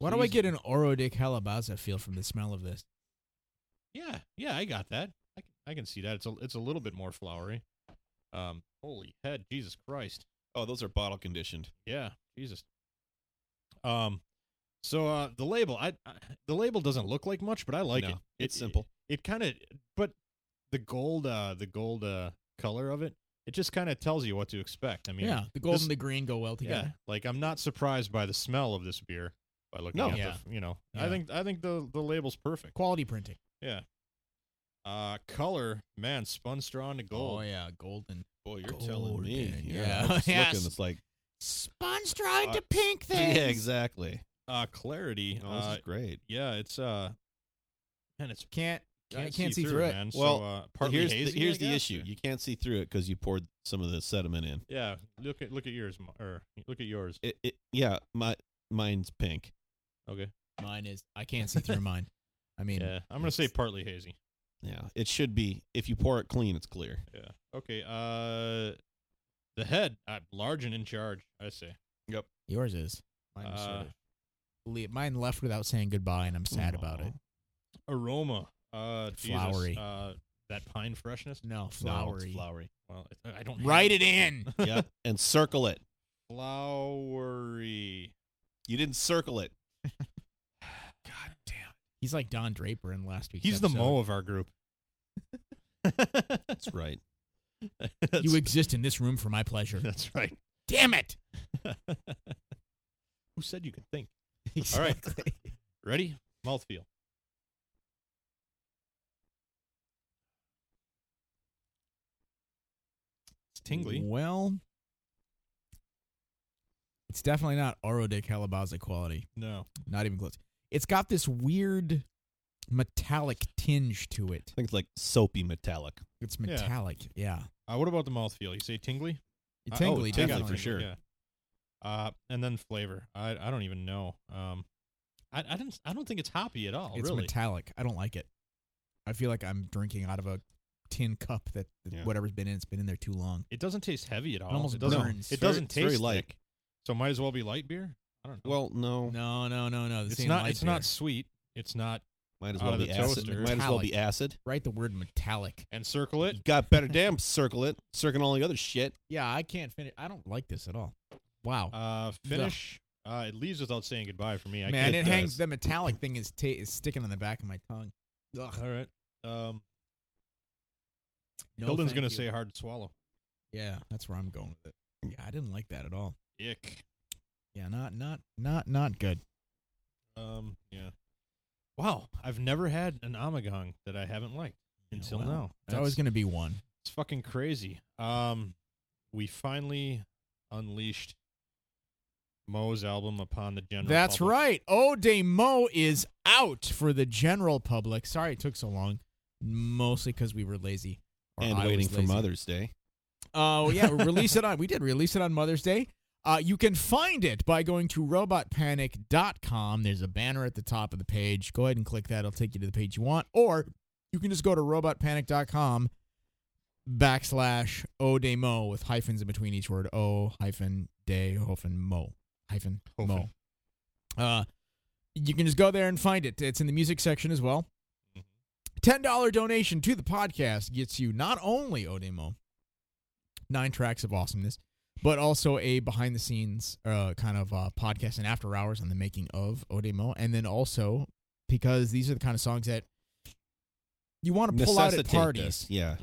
S1: Why do I get an Oro de Calabaza feel from the smell of this?
S2: Yeah, yeah, I got that. I can, I can see that. It's a it's a little bit more flowery. Um, holy head, Jesus Christ.
S3: Oh, those are bottle conditioned.
S2: Yeah, Jesus. Um, so uh, the label, I, I the label doesn't look like much, but I like
S3: No,
S2: it. It-
S3: it's simple.
S2: It, kind of, but the gold, uh, the gold uh color of it, it just kind of tells you what to expect. I mean,
S1: yeah, the gold
S2: this-
S1: and the green go well
S2: yeah,
S1: together.
S2: like I'm not surprised by the smell of this beer by looking
S3: No.
S2: at
S1: Yeah.
S2: the, you know, I
S1: Yeah.
S2: think I think the the label's perfect.
S1: Quality printing.
S2: Uh, color, man, spun straw into gold.
S1: Oh yeah, golden.
S3: Boy, you're
S1: Golden,
S3: telling me.
S1: yeah.
S3: [laughs] I'm just
S1: Yes.
S3: looking. It's like
S1: Sponge tried
S3: to
S2: [laughs]
S1: pink
S3: yeah, exactly.
S2: uh clarity
S3: Oh, this
S2: uh
S3: is great.
S2: yeah it's uh man it's
S1: Can't I can't, see, through, it.
S2: man
S3: Well,
S2: so, uh,
S3: But
S2: partly
S3: here's
S2: hazy,
S3: the, here's
S2: I
S3: the
S2: guess,
S3: issue.
S2: or-
S3: You can't see through it because you poured some of the sediment in.
S2: yeah look at look at yours Ma- or look at yours
S3: It, it, yeah, my mine's pink.
S2: Okay.
S1: Mine is I can't see through mine. I mean,
S2: Yeah. I'm gonna say partly hazy.
S3: Yeah, it should be. If you pour it clean,
S1: [laughs]
S3: it's clear.
S2: Yeah. Okay. Uh, the head, uh, large and in charge. I say.
S1: yours is. Mine, was sort
S2: Uh,
S1: of, le- mine left without saying goodbye, and I'm sad about it.
S2: Aroma. Uh, Jesus,
S1: Flowery.
S2: Uh, that pine freshness.
S1: No,
S3: No, it's
S1: flowery.
S3: flowery.
S2: Well, it- I don't.
S1: Write it in.
S3: yeah, and circle it.
S2: Flowery.
S3: You didn't circle it.
S1: [sighs] God damn. He's like Don Draper in last week's.
S2: He's the
S1: episode.
S2: mo of our group.
S3: That's right.
S2: that's,
S1: You exist in this room for my
S2: [laughs]
S1: pleasure.
S2: that's right.
S1: damn it.
S2: Who said you could think? [laughs] All right. Ready? Mouthfeel. It's tingly.
S1: Well, it's definitely not Oro de Calabaza quality.
S2: No.
S1: Not even close. It's got this weird metallic tinge to it.
S3: I think it's like soapy metallic.
S1: It's
S2: Yeah.
S1: metallic. Yeah.
S2: Uh, what about the mouthfeel? You say tingly? I- oh,
S1: Tingly,
S2: it's tingly
S1: definitely.
S3: for sure.
S2: Yeah. Uh, and then flavor. I I don't even know. Um, I I didn't I don't think it's hoppy at all.
S1: it's
S2: Oh, really.
S1: metallic. I don't like it. I feel like I'm drinking out of a tin cup that
S2: Yeah.
S1: whatever's been in it's been in there too long.
S2: it doesn't taste heavy at all.
S1: almost
S2: doesn't.
S1: burns.
S2: It
S1: Very-
S2: doesn't
S3: it's very
S2: taste
S3: light.
S2: thick. So might as well be light beer. I don't know.
S3: Well, no,
S1: No, no, no, no.
S2: it's not. It's not sweet. It's not.
S3: might as
S2: out
S3: well
S2: of
S3: be
S2: the
S3: acid.
S2: toaster.
S3: Might as well
S1: Metallic.
S3: be acid.
S1: Write the word metallic.
S2: And circle it.
S3: You got better damn circle it. Circling all the other shit.
S1: Yeah, I can't finish. I don't like this at all. Wow.
S2: Uh, finish. Uh, it leaves without saying goodbye for me. I
S1: Man,
S2: can't-
S1: it
S3: does.
S1: hangs. The metallic thing is ta- is sticking on the back of my tongue. Ugh,
S2: All right. Um,
S1: no
S2: Hilden's
S1: thank
S2: gonna
S1: you.
S2: say hard to swallow.
S1: Yeah, that's where I'm going with it. Yeah, I didn't like that at all.
S2: Ick.
S1: Yeah, not not not not good.
S2: Um, yeah. Wow, I've never had an amagong that I haven't liked until
S1: well,
S2: now.
S1: It's always gonna be one.
S2: It's fucking crazy. Um, we finally unleashed Moe's album upon the general.
S1: That's
S2: public.
S1: right. O de Mo is out for the general public. Sorry it took so long. Mostly because we were lazy. or
S3: And
S1: I was
S3: waiting for
S1: lazy.
S3: Mother's Day.
S1: Oh yeah, we release it on. We did release it on Mother's Day. Uh, you can find it by going to robotpanic.com. There's a banner at the top of the page. Go ahead and click that. It'll take you to the page you want, or you can just go to robotpanic.com backslash odemo with hyphens in between each word. O hyphen day hyphen mo hyphen mo. Uh, you can just go there and find it. It's in the music section as well. Ten dollar donation to the podcast gets you not only odemo nine tracks of awesomeness, but also a behind the scenes uh, kind of uh, podcast and after hours on the making of Odemo. And then also because these are the kind of songs that you want to pull out at
S3: Necessitate
S1: parties.
S3: this. Yeah.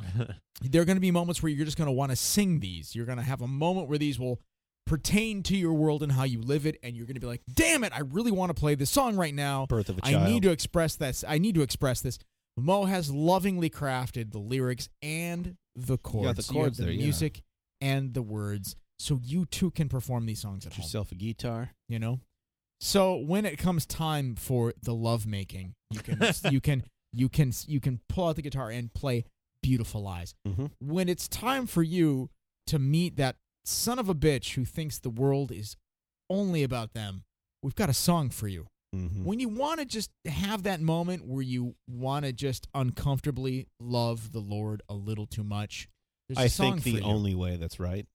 S1: There are going to be moments where you're just going to want to sing these. You're going to have a moment where these will pertain to your world and how you live it. And you're going to be like, damn it, I really want to play this song right now.
S3: Birth of a child.
S1: I need to express this. I need to express this. Mo has lovingly crafted the lyrics and the chords.
S3: got the
S1: So you have
S3: chords there, yeah.
S1: music and the words, so you too can perform these songs at
S3: Get
S1: home.
S3: yourself a guitar.
S1: You know. So when it comes time for the lovemaking, you can
S3: [laughs]
S1: you can you can you can pull out the guitar and play "Beautiful Lies."
S3: Mhm.
S1: When it's time for you to meet that son of a bitch who thinks the world is only about them, we've got a song for you
S3: Mm-hmm.
S1: when you want to just have that moment where you want to just uncomfortably love the Lord a little too much, there's a
S3: I
S1: song
S3: think
S1: for
S3: the
S1: you.
S3: only way that's right.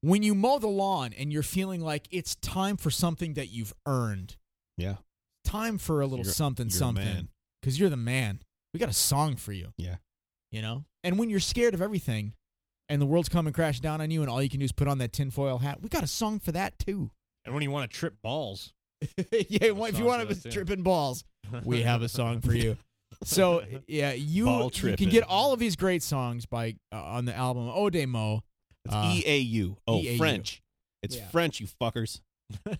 S1: when you mow the lawn and you're feeling like it's time for something that you've earned,
S3: Yeah.
S1: time for a little
S3: You're-
S1: something
S3: you're the
S1: something
S3: man.
S1: because you're the man. We got a song for you.
S3: Yeah.
S1: you know. And when you're scared of everything, and the world's come and crash down on you, and all you can do is put on that tinfoil hat, we got a song for that too. [laughs]
S2: And when you want to trip balls,
S1: yeah,
S2: a
S1: if you
S2: song
S1: want
S2: for
S1: to
S2: that, too.
S1: be tripping balls, we have
S2: [laughs]
S1: a song for you. So yeah,
S3: Ball
S1: you, you can
S3: tripping.
S1: get all of these great songs by uh, on the album Odemo.
S3: It's
S1: Uh,
S3: E A U. Oh,
S1: EAU.
S3: French. It's
S1: Yeah.
S3: French, you [laughs] fuckers.
S2: that's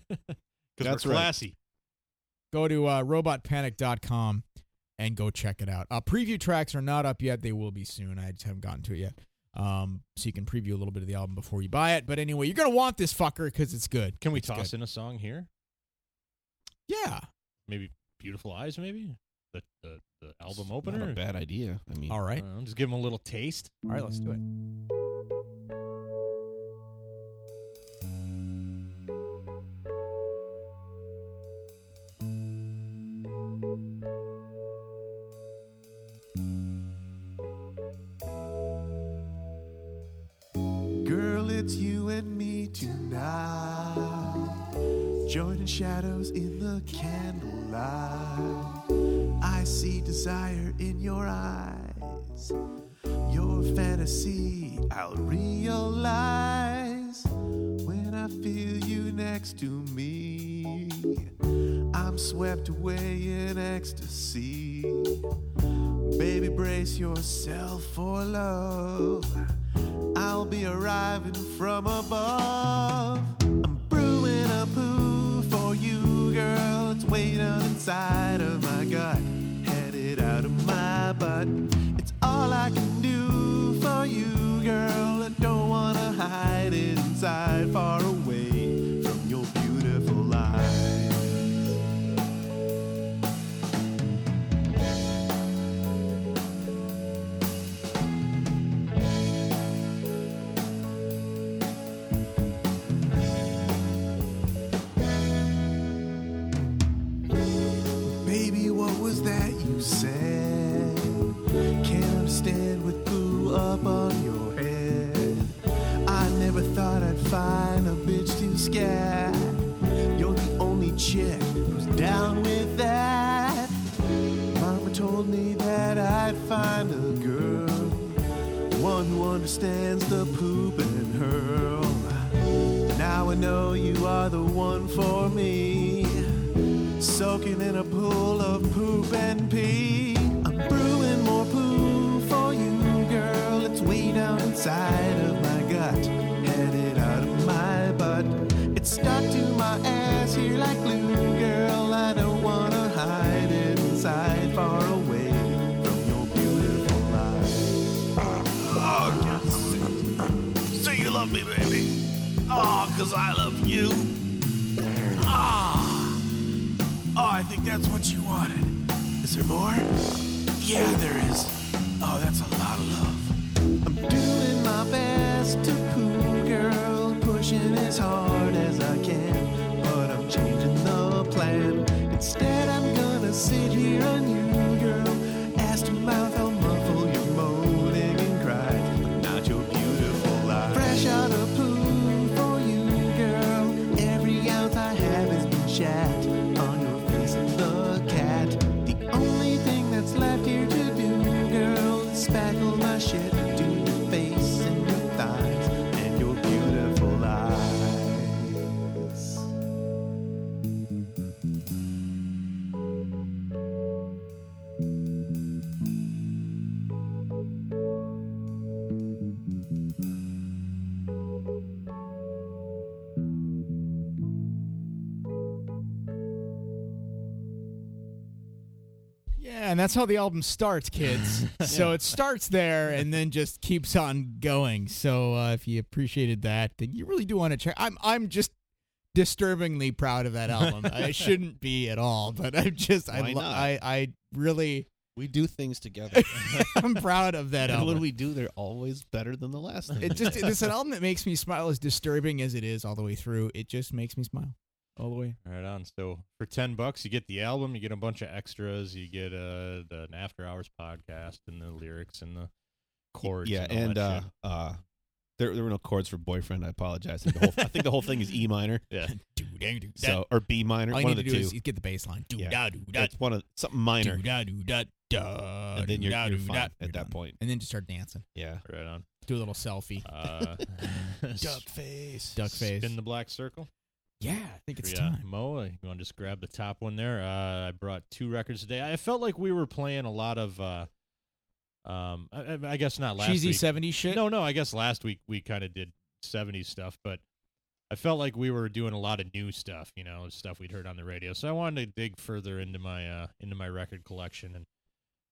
S3: That's right.
S2: classy.
S1: Go to uh, robotpanic.com and go check it out. Uh, preview tracks are not up yet; they will be soon. I just haven't gotten to it yet, um, so you can preview a little bit of the album before you buy it. But anyway, you're gonna want this fucker because it's good.
S2: Can we
S1: It's
S2: toss
S1: good.
S2: in a song here?
S1: Yeah.
S2: Maybe "Beautiful Eyes." Maybe the the, the album
S3: Not
S2: opener.
S3: a bad idea. I mean,
S1: All
S2: I
S1: right.
S2: don't know, Uh, just give them a little taste.
S1: All right. Let's do it.
S3: Beautiful
S6: Joining shadows in the candlelight. I see desire in your eyes. Your fantasy, I'll realize when I feel you next to me. I'm swept away in ecstasy. Baby, brace yourself for love. I'll be arriving from above. I'm brewing a poo for you, girl. It's waiting inside of my gut, headed out of my butt. It's all I can do for you, girl. I don't wanna hide it inside, far away from your beautiful eyes. Baby, what was that you said? Can't understand with blue up on your head. I never thought I'd find a bitch to scat. You're the only chick who's down with that. Mama told me that I'd find a girl, one who understands the poop and hurl. Now I know you are the one for me soaking in a pool of poop and pee. I'm brewing more poo for you, girl. It's way down inside of my gut, headed out of my butt. It's stuck to my ass here like glue, girl. I don't wanna hide it inside, far away from your beautiful eyes.
S7: So Oh, you love me, baby. Oh, cause I love you. Ah. Oh, I think that's what you wanted. Is there more? Yeah, there is. Oh, that's a lot of love.
S6: Doing my best to poo, girl. Pushing as hard as I can. But I'm changing the plan. Instead, I'm gonna sit here on you, girl. Ass to mouth, I'll muffle your moaning and cry. But not your beautiful eyes. Fresh out of poo for you, girl. Every ounce I have has been shat on your face and the cat. The only thing that's left here to do, girl, is spackle my shit to your face and your thighs and your beautiful eyes.
S1: Yeah, and that's how the album starts,
S3: [laughs]
S1: kids. so it starts there and then just keeps on going. So uh, if you appreciated that, then you really do want to check. I'm I'm just disturbingly proud of that album.
S3: [laughs]
S1: I shouldn't be at all, but I'm just I
S3: Why
S1: lo-
S3: not?
S1: I I really
S3: We do things [laughs] together.
S1: I'm proud of
S3: [laughs]
S1: that
S3: and
S1: album.
S3: when we do, they're always better than the last
S1: [laughs]
S3: thing.
S1: it
S3: [laughs]
S1: just it's an album that makes me smile as disturbing as it is all the way through. It just makes me smile all the way.
S2: Right on. So for ten bucks, you get the album, you get a bunch of extras, you get uh the, an after hours podcast and the lyrics and the chords.
S3: yeah,
S2: all
S3: and
S2: that
S3: uh,
S2: shit.
S3: uh, there there were no chords for boyfriend. I apologize. I think the whole, I think the whole thing is E [laughs] minor,
S2: yeah,
S1: Dude,
S3: so or B minor,
S1: all you
S3: one
S1: need
S3: of
S1: to
S3: the
S1: do
S3: two.
S1: is get the bass line. Do
S3: Yeah.
S1: da do da
S3: it's one of something minor,
S1: do da do da da.
S3: and then you're,
S1: do-da,
S3: you're
S1: do-da.
S3: fine
S1: You're
S3: at
S1: done.
S3: that point.
S1: and then just start dancing.
S3: Yeah,
S2: right on.
S1: Do a little selfie,
S2: Uh, [laughs]
S3: duck face,
S1: duck face.
S2: Spin the uh, black circle.
S1: yeah, I think it's
S2: Yeah,
S1: time.
S2: Mo, you want to just grab the top one there? Uh, I brought two records today. I felt like we were playing a lot of, uh, um, I, I- I guess not last
S1: Cheesy
S2: week.
S1: '70s shit.
S2: No, no. I guess last week we kind of did 70s stuff, but I felt like we were doing a lot of new stuff, you know, stuff we'd heard on the radio. So I wanted to dig further into my uh into my record collection and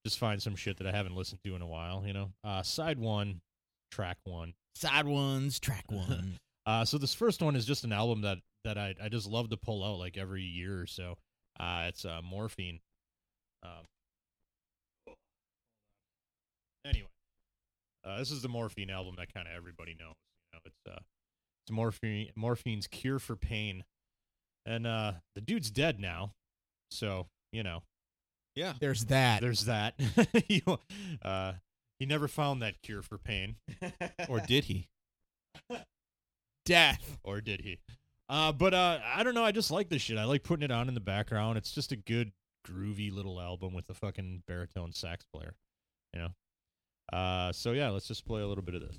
S2: just find some shit that I haven't listened to in a while, you know. Uh side 1, track 1.
S1: side ones, track one.
S2: Uh, so this first one is just an album that that I I just love to pull out like every year or so. Uh, it's uh, Morphine. Um, anyway, uh, this is the Morphine album that kind of everybody knows. You know, it's uh, it's Morphine Morphine's cure for pain, and uh, the dude's dead now, so you know
S3: yeah.
S1: There's that.
S2: there's that. [laughs] you, uh, he never found that cure for pain,
S3: Or did he?
S1: death.
S2: or did he? Uh, but uh, I don't know. I just like this shit. I like putting it on in the background. It's just a good groovy little album with a fucking baritone sax player, you know. Uh, so yeah, let's just play a little bit of this.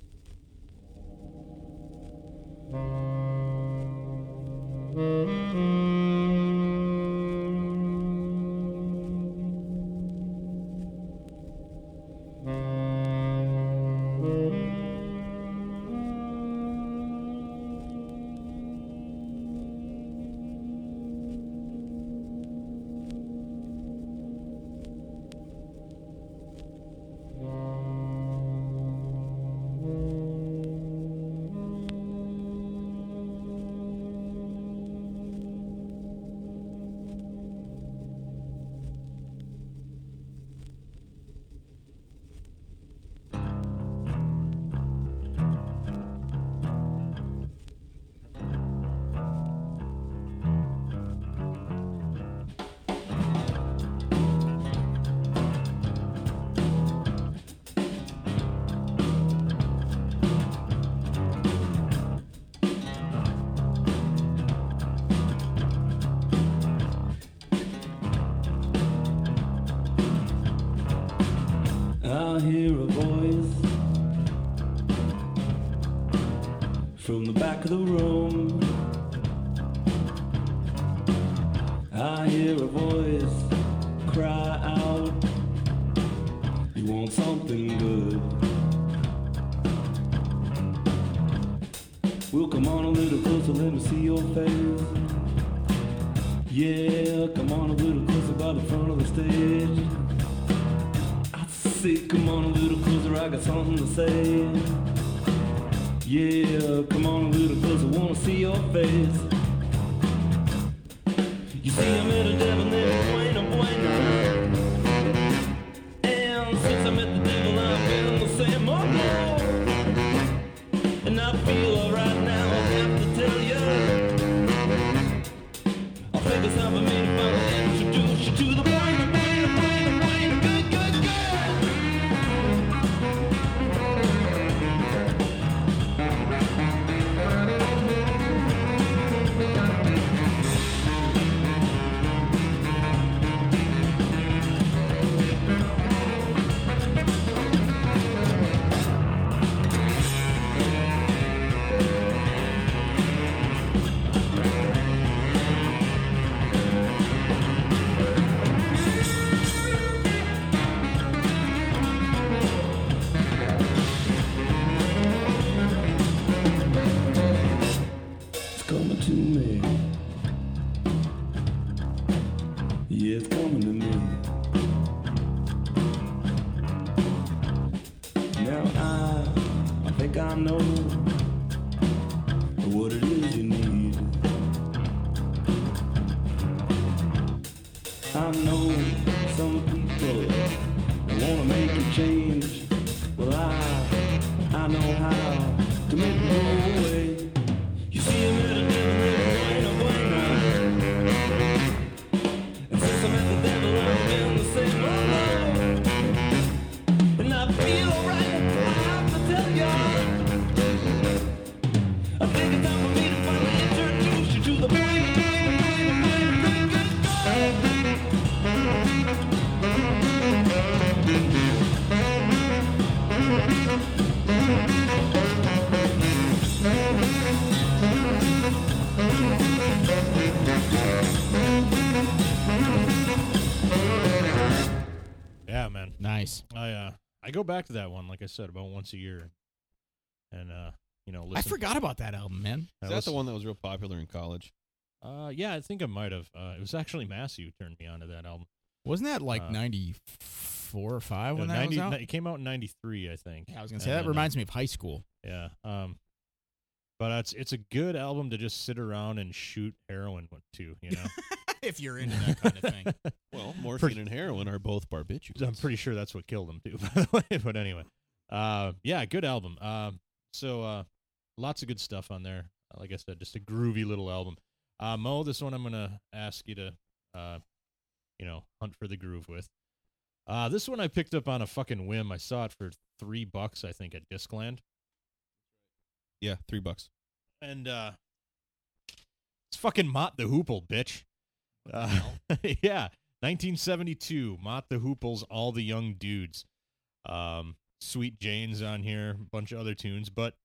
S8: I hear a voice from the back of the room. I hear a voice cry out, You want something good? Well, come on a little closer, let me see your face. Yeah, come on a little closer by the front of the stage. I say, come on a little closer, I got something to say. Yeah, come on a little closer, wanna see your face. You see, I met a devil named Bueno Bueno. And since I met the devil, I've been the same old boy. And I feel alright now, I have to tell you. I think it's time for me to finally introduce you to the Bueno Bueno Bueno Bueno Good Good Good. It's coming to me. Yeah, it's coming to me. Now I, I think I know what it is you need. I know some people wanna make a change. Well, I, I know how to make it go away. You see him at a devil in a bueno. And since I met the devil, I've been the same old boy. And I feel alright, I have to tell ya. I think it's time for me to finally introduce you to the bueno, bueno, bueno, bueno, good, good, good.
S2: Yeah, man.
S1: Nice.
S2: I uh, I go back to that one, like I said, about once a year, and uh, you know, listen.
S1: I forgot about that album, man.
S2: I
S3: Is that the
S2: listen-
S3: one that was real popular in college?
S2: Uh, yeah, I think I might have. Uh, it was actually Massey who turned me on to that album.
S1: Wasn't that like
S2: Uh,
S1: '94 or five
S2: No,
S1: when Oh, that
S2: 90
S1: was out?
S2: ni- It came out in '93, I think.
S1: Yeah, I was gonna say
S2: And
S1: that
S2: then, uh,
S1: reminds me of high school.
S2: Yeah. Um, but it's it's a good album to just sit around and shoot heroin with too. You
S1: [laughs]
S2: know,
S1: if you're into that kind of thing, [laughs]
S2: [laughs]
S3: Well, morphine and heroin are both barbiturates.
S2: I'm pretty sure that's what killed him too. [laughs] By the way, but anyway, uh, yeah, good album. Um, so uh, lots of good stuff on there. Uh, Like I said, just a groovy little album. Uh, Mo, this one I'm gonna ask you to, uh, you know, hunt for the groove with. Uh, this one I picked up on a fucking whim. I saw it for three bucks, I think, at Discland.
S3: Yeah, three bucks.
S2: and uh It's fucking Mott the Hoople, bitch. Uh, [laughs] yeah, 1972. Mott the Hoople's "All the Young Dudes." Um, Sweet Jane's on here, a bunch of other tunes, but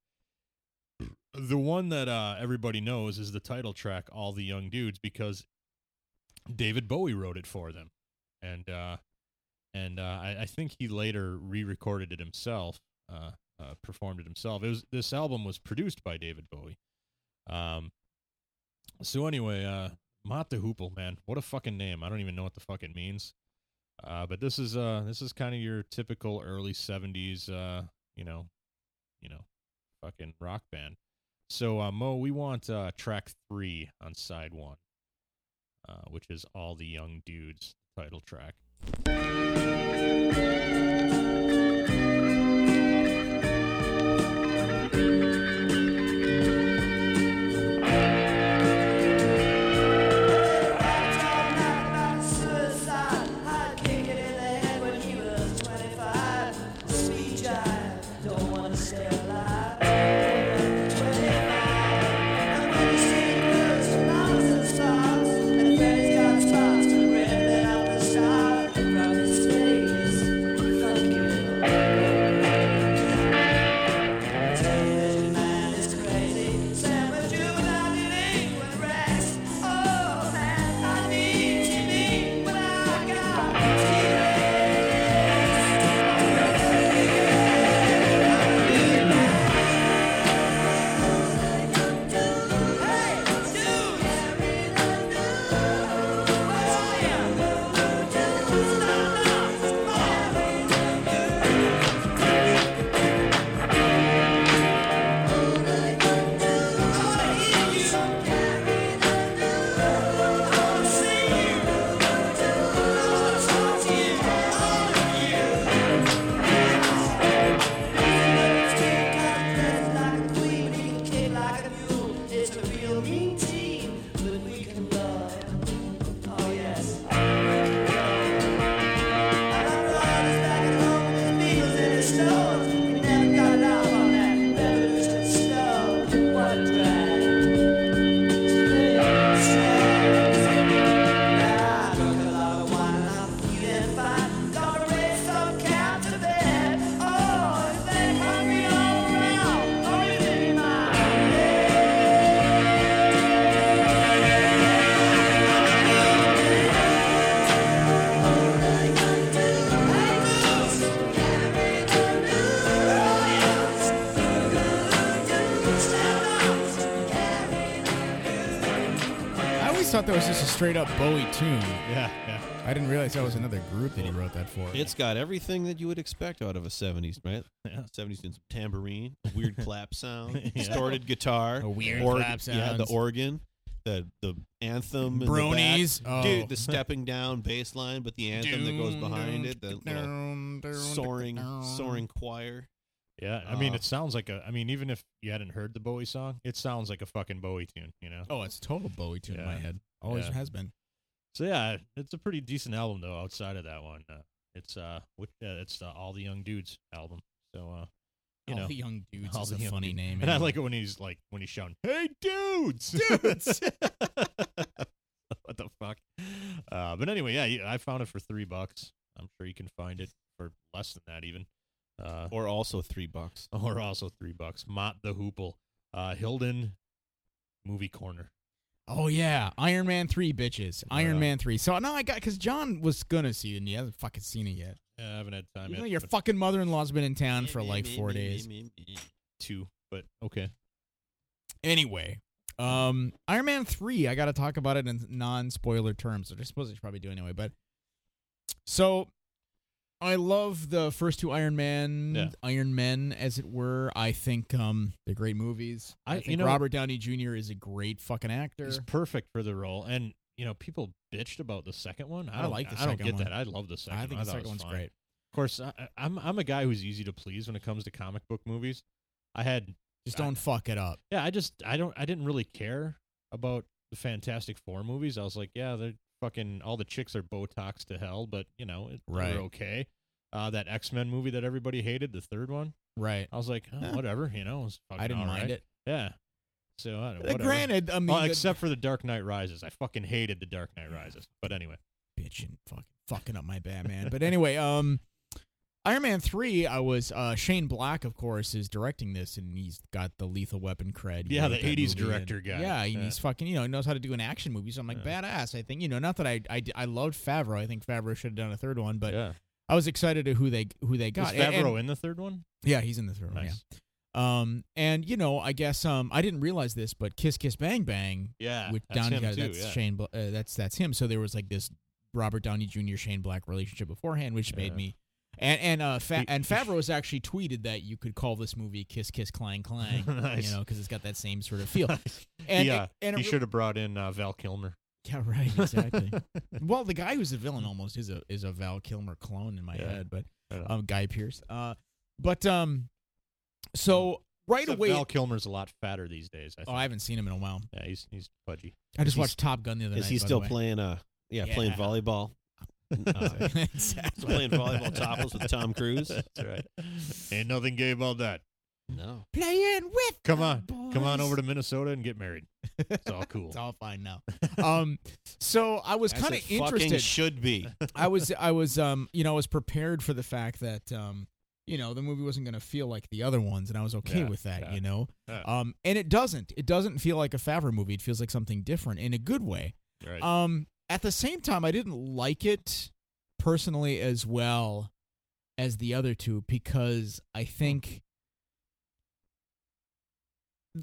S2: the one that uh, everybody knows is the title track "All the Young Dudes" because David Bowie wrote it for them, and uh, and uh, I, I think he later re-recorded it himself, uh, uh, performed it himself. It was this album was produced by David Bowie. Um, so anyway, uh, Mott the Hoople, man, what a fucking name! I don't even know what the fuck it means. Uh, but this is uh, this is kind of your typical early '70s, uh, you know, you know, fucking rock band. So uh, Mo, we want uh, track three on side one, uh, which is all the young dudes title track.
S9: I always thought that was just a straight up Bowie tune.
S2: Yeah, yeah.
S9: I didn't realize that was another group that he wrote that for.
S3: It's got everything that you would expect out of a 70s, right?
S2: Yeah.
S3: 70s and some tambourine,
S9: [laughs]
S3: weird clap sound, distorted guitar,
S9: A weird clap
S3: Yeah, the
S9: sounds.
S3: organ, the the anthem, in the back.
S9: Bronies. Oh. [laughs]
S3: dude, the stepping down bass line, but the anthem that goes behind it, the little soaring soaring choir.
S2: Yeah, I mean,
S3: Uh,
S2: it sounds like a. I mean, even if you hadn't heard the Bowie song, it sounds like a fucking Bowie tune, you know.
S9: Oh, it's total Bowie tune in my
S2: Yeah.
S9: head. Always
S2: Yeah.
S9: has been.
S2: So yeah, it's a pretty decent album though. Outside of that one, uh, it's uh, which, uh it's the All the Young Dudes album. So uh, you
S9: all
S2: know,
S9: the young dudes
S2: All
S9: is
S2: the
S9: a
S2: Young
S9: funny
S2: Dudes.
S9: name.
S2: and I
S9: anyway.
S2: like it when he's like when he's shouting, "Hey dudes, dudes!" [laughs] what the fuck? Uh, but anyway, yeah, you- I found it for three bucks. I'm sure you can find it for less than that even. Uh, [laughs]
S3: Or also three bucks.
S2: or also three bucks. Mott the Hoople, uh, Hilden, Movie Corner.
S9: Oh yeah, Iron Man three bitches. Iron
S2: Yeah.
S9: Man three. So now I got because John was gonna see it and he hasn't fucking seen it yet.
S2: Yeah, I haven't had time
S9: You
S2: yet.
S9: know your
S2: but
S9: fucking mother in law's been in town for like four days.
S2: two, but okay.
S9: Anyway, um, Iron Man three. I got to talk about it in non spoiler terms, which I suppose I should probably do anyway. But so I love the first two Iron Man,
S2: Yeah.
S9: Iron Men, as it were. I think um, they're great movies.
S2: I-
S9: I,
S2: you
S9: think
S2: know-
S9: Robert Downey Jr. is a great fucking actor.
S2: He's perfect for the role, and you know people bitched about the second one. I,
S9: Oh, I
S2: don't,
S9: like the
S2: I don't
S9: second
S2: get
S9: one.
S2: that. I love the second.
S9: I
S2: one.
S9: think the
S2: thought it
S9: second
S2: was
S9: one's
S2: fun.
S9: great.
S2: Of course, I, I- I'm I'm a guy who's easy to please when it comes to comic book movies. I had
S9: Just
S2: I-
S9: don't fuck it up.
S2: yeah, I just I don't I didn't really care about the Fantastic Four movies. I was like, yeah, they're fucking all the chicks are Botox to hell, but you know it,
S9: Right.
S2: they're okay. Uh, that X Men movie that everybody hated, the third one.
S9: Right.
S2: I was like, oh,
S9: Huh.
S2: whatever, you know. It was fucking
S9: I didn't
S2: all
S9: mind
S2: right.
S9: it.
S2: Yeah. So I don't.
S1: Uh,
S2: Whatever.
S1: Granted, I mean,
S2: Well,
S1: the-
S2: except for the Dark Knight Rises, I fucking hated the Dark Knight Rises. But anyway,
S1: bitch and fucking fucking up my Batman. But anyway, um, Iron Man three, I was uh Shane Black, of course, is directing this, and he's got the Lethal Weapon cred. you
S2: Yeah,
S1: know,
S2: the
S1: with that
S2: 80s
S1: movie,
S2: director
S1: and-
S2: guy.
S1: Yeah, and
S2: Yeah.
S1: he's fucking, you know, he knows how to do an action movie. So I'm like
S2: Yeah.
S1: badass. I think you know, not that I I I loved Favreau. I think Favreau should have done a third one, but
S2: yeah,
S1: I was excited to who they who they
S2: was
S1: got. And- and- Oh,
S2: Favreau in the third one?
S1: yeah, he's in the third one. Yeah.
S2: Nice.
S1: Um, and you know, I guess um, I didn't realize this, but Kiss Kiss Bang Bang
S2: Yeah,
S1: with
S2: that's
S1: Downey
S2: him
S1: guy,
S2: too,
S1: that's
S2: yeah.
S1: Shane, Bla- uh, that's that's him. So there was like this Robert Downey Jr. Shane Black relationship beforehand, which made
S2: Yeah.
S1: me. And and uh Fa-
S2: He- [laughs]
S1: and Favreau has actually tweeted that you could call this movie Kiss Kiss
S2: [laughs]
S1: Clang Clang,
S2: Nice.
S1: you know, because it's got that same sort
S2: [laughs]
S1: of feel. And
S2: yeah,
S1: it, and
S2: he
S1: it re-
S2: should have brought in uh, Val Kilmer.
S1: [laughs] yeah, right,
S2: [laughs]
S1: exactly. well, the guy who's the villain almost is a is a Val Kilmer clone in my
S2: Yeah.
S1: head, but
S2: Right on.
S1: um, Guy Pierce. Uh, but um, so right
S2: Except
S1: away,
S2: Val Kilmer's a lot fatter these days. I think.
S1: Oh, I haven't seen him in a while.
S2: Yeah, he's he's
S1: [laughs]
S2: pudgy.
S1: I just
S3: he
S1: watched Top Gun the other
S3: Is
S1: night.
S3: he
S1: by the
S3: still
S1: way.
S3: playing? Uh, yeah,
S1: Yeah.
S3: playing volleyball.
S9: [laughs]
S3: Uh,
S1: [laughs] exactly.
S3: playing volleyball topless with Tom
S2: [laughs]
S3: Cruise.
S2: That's right. Ain't nothing gay about that.
S3: [laughs] No.
S1: Playing with.
S2: Come
S1: the
S2: on, come on
S1: boys.
S2: over to Minnesota and get married. It's all cool.
S1: [laughs] It's all
S2: [laughs]
S1: fine now. Um, so I was kind of interested. [laughs]
S3: should be.
S1: I was, I was, um, you know, I was prepared for the fact that, um, you know, the movie wasn't going to feel like the other ones, and I was okay
S2: Yeah,
S1: with that,
S2: yeah.
S1: you know.
S2: Yeah.
S1: Um, and it doesn't. It doesn't feel like a Favreau movie. It feels like something different in a good way.
S2: right.
S1: Um, at the same time, I didn't like it personally as well as the other two because I think,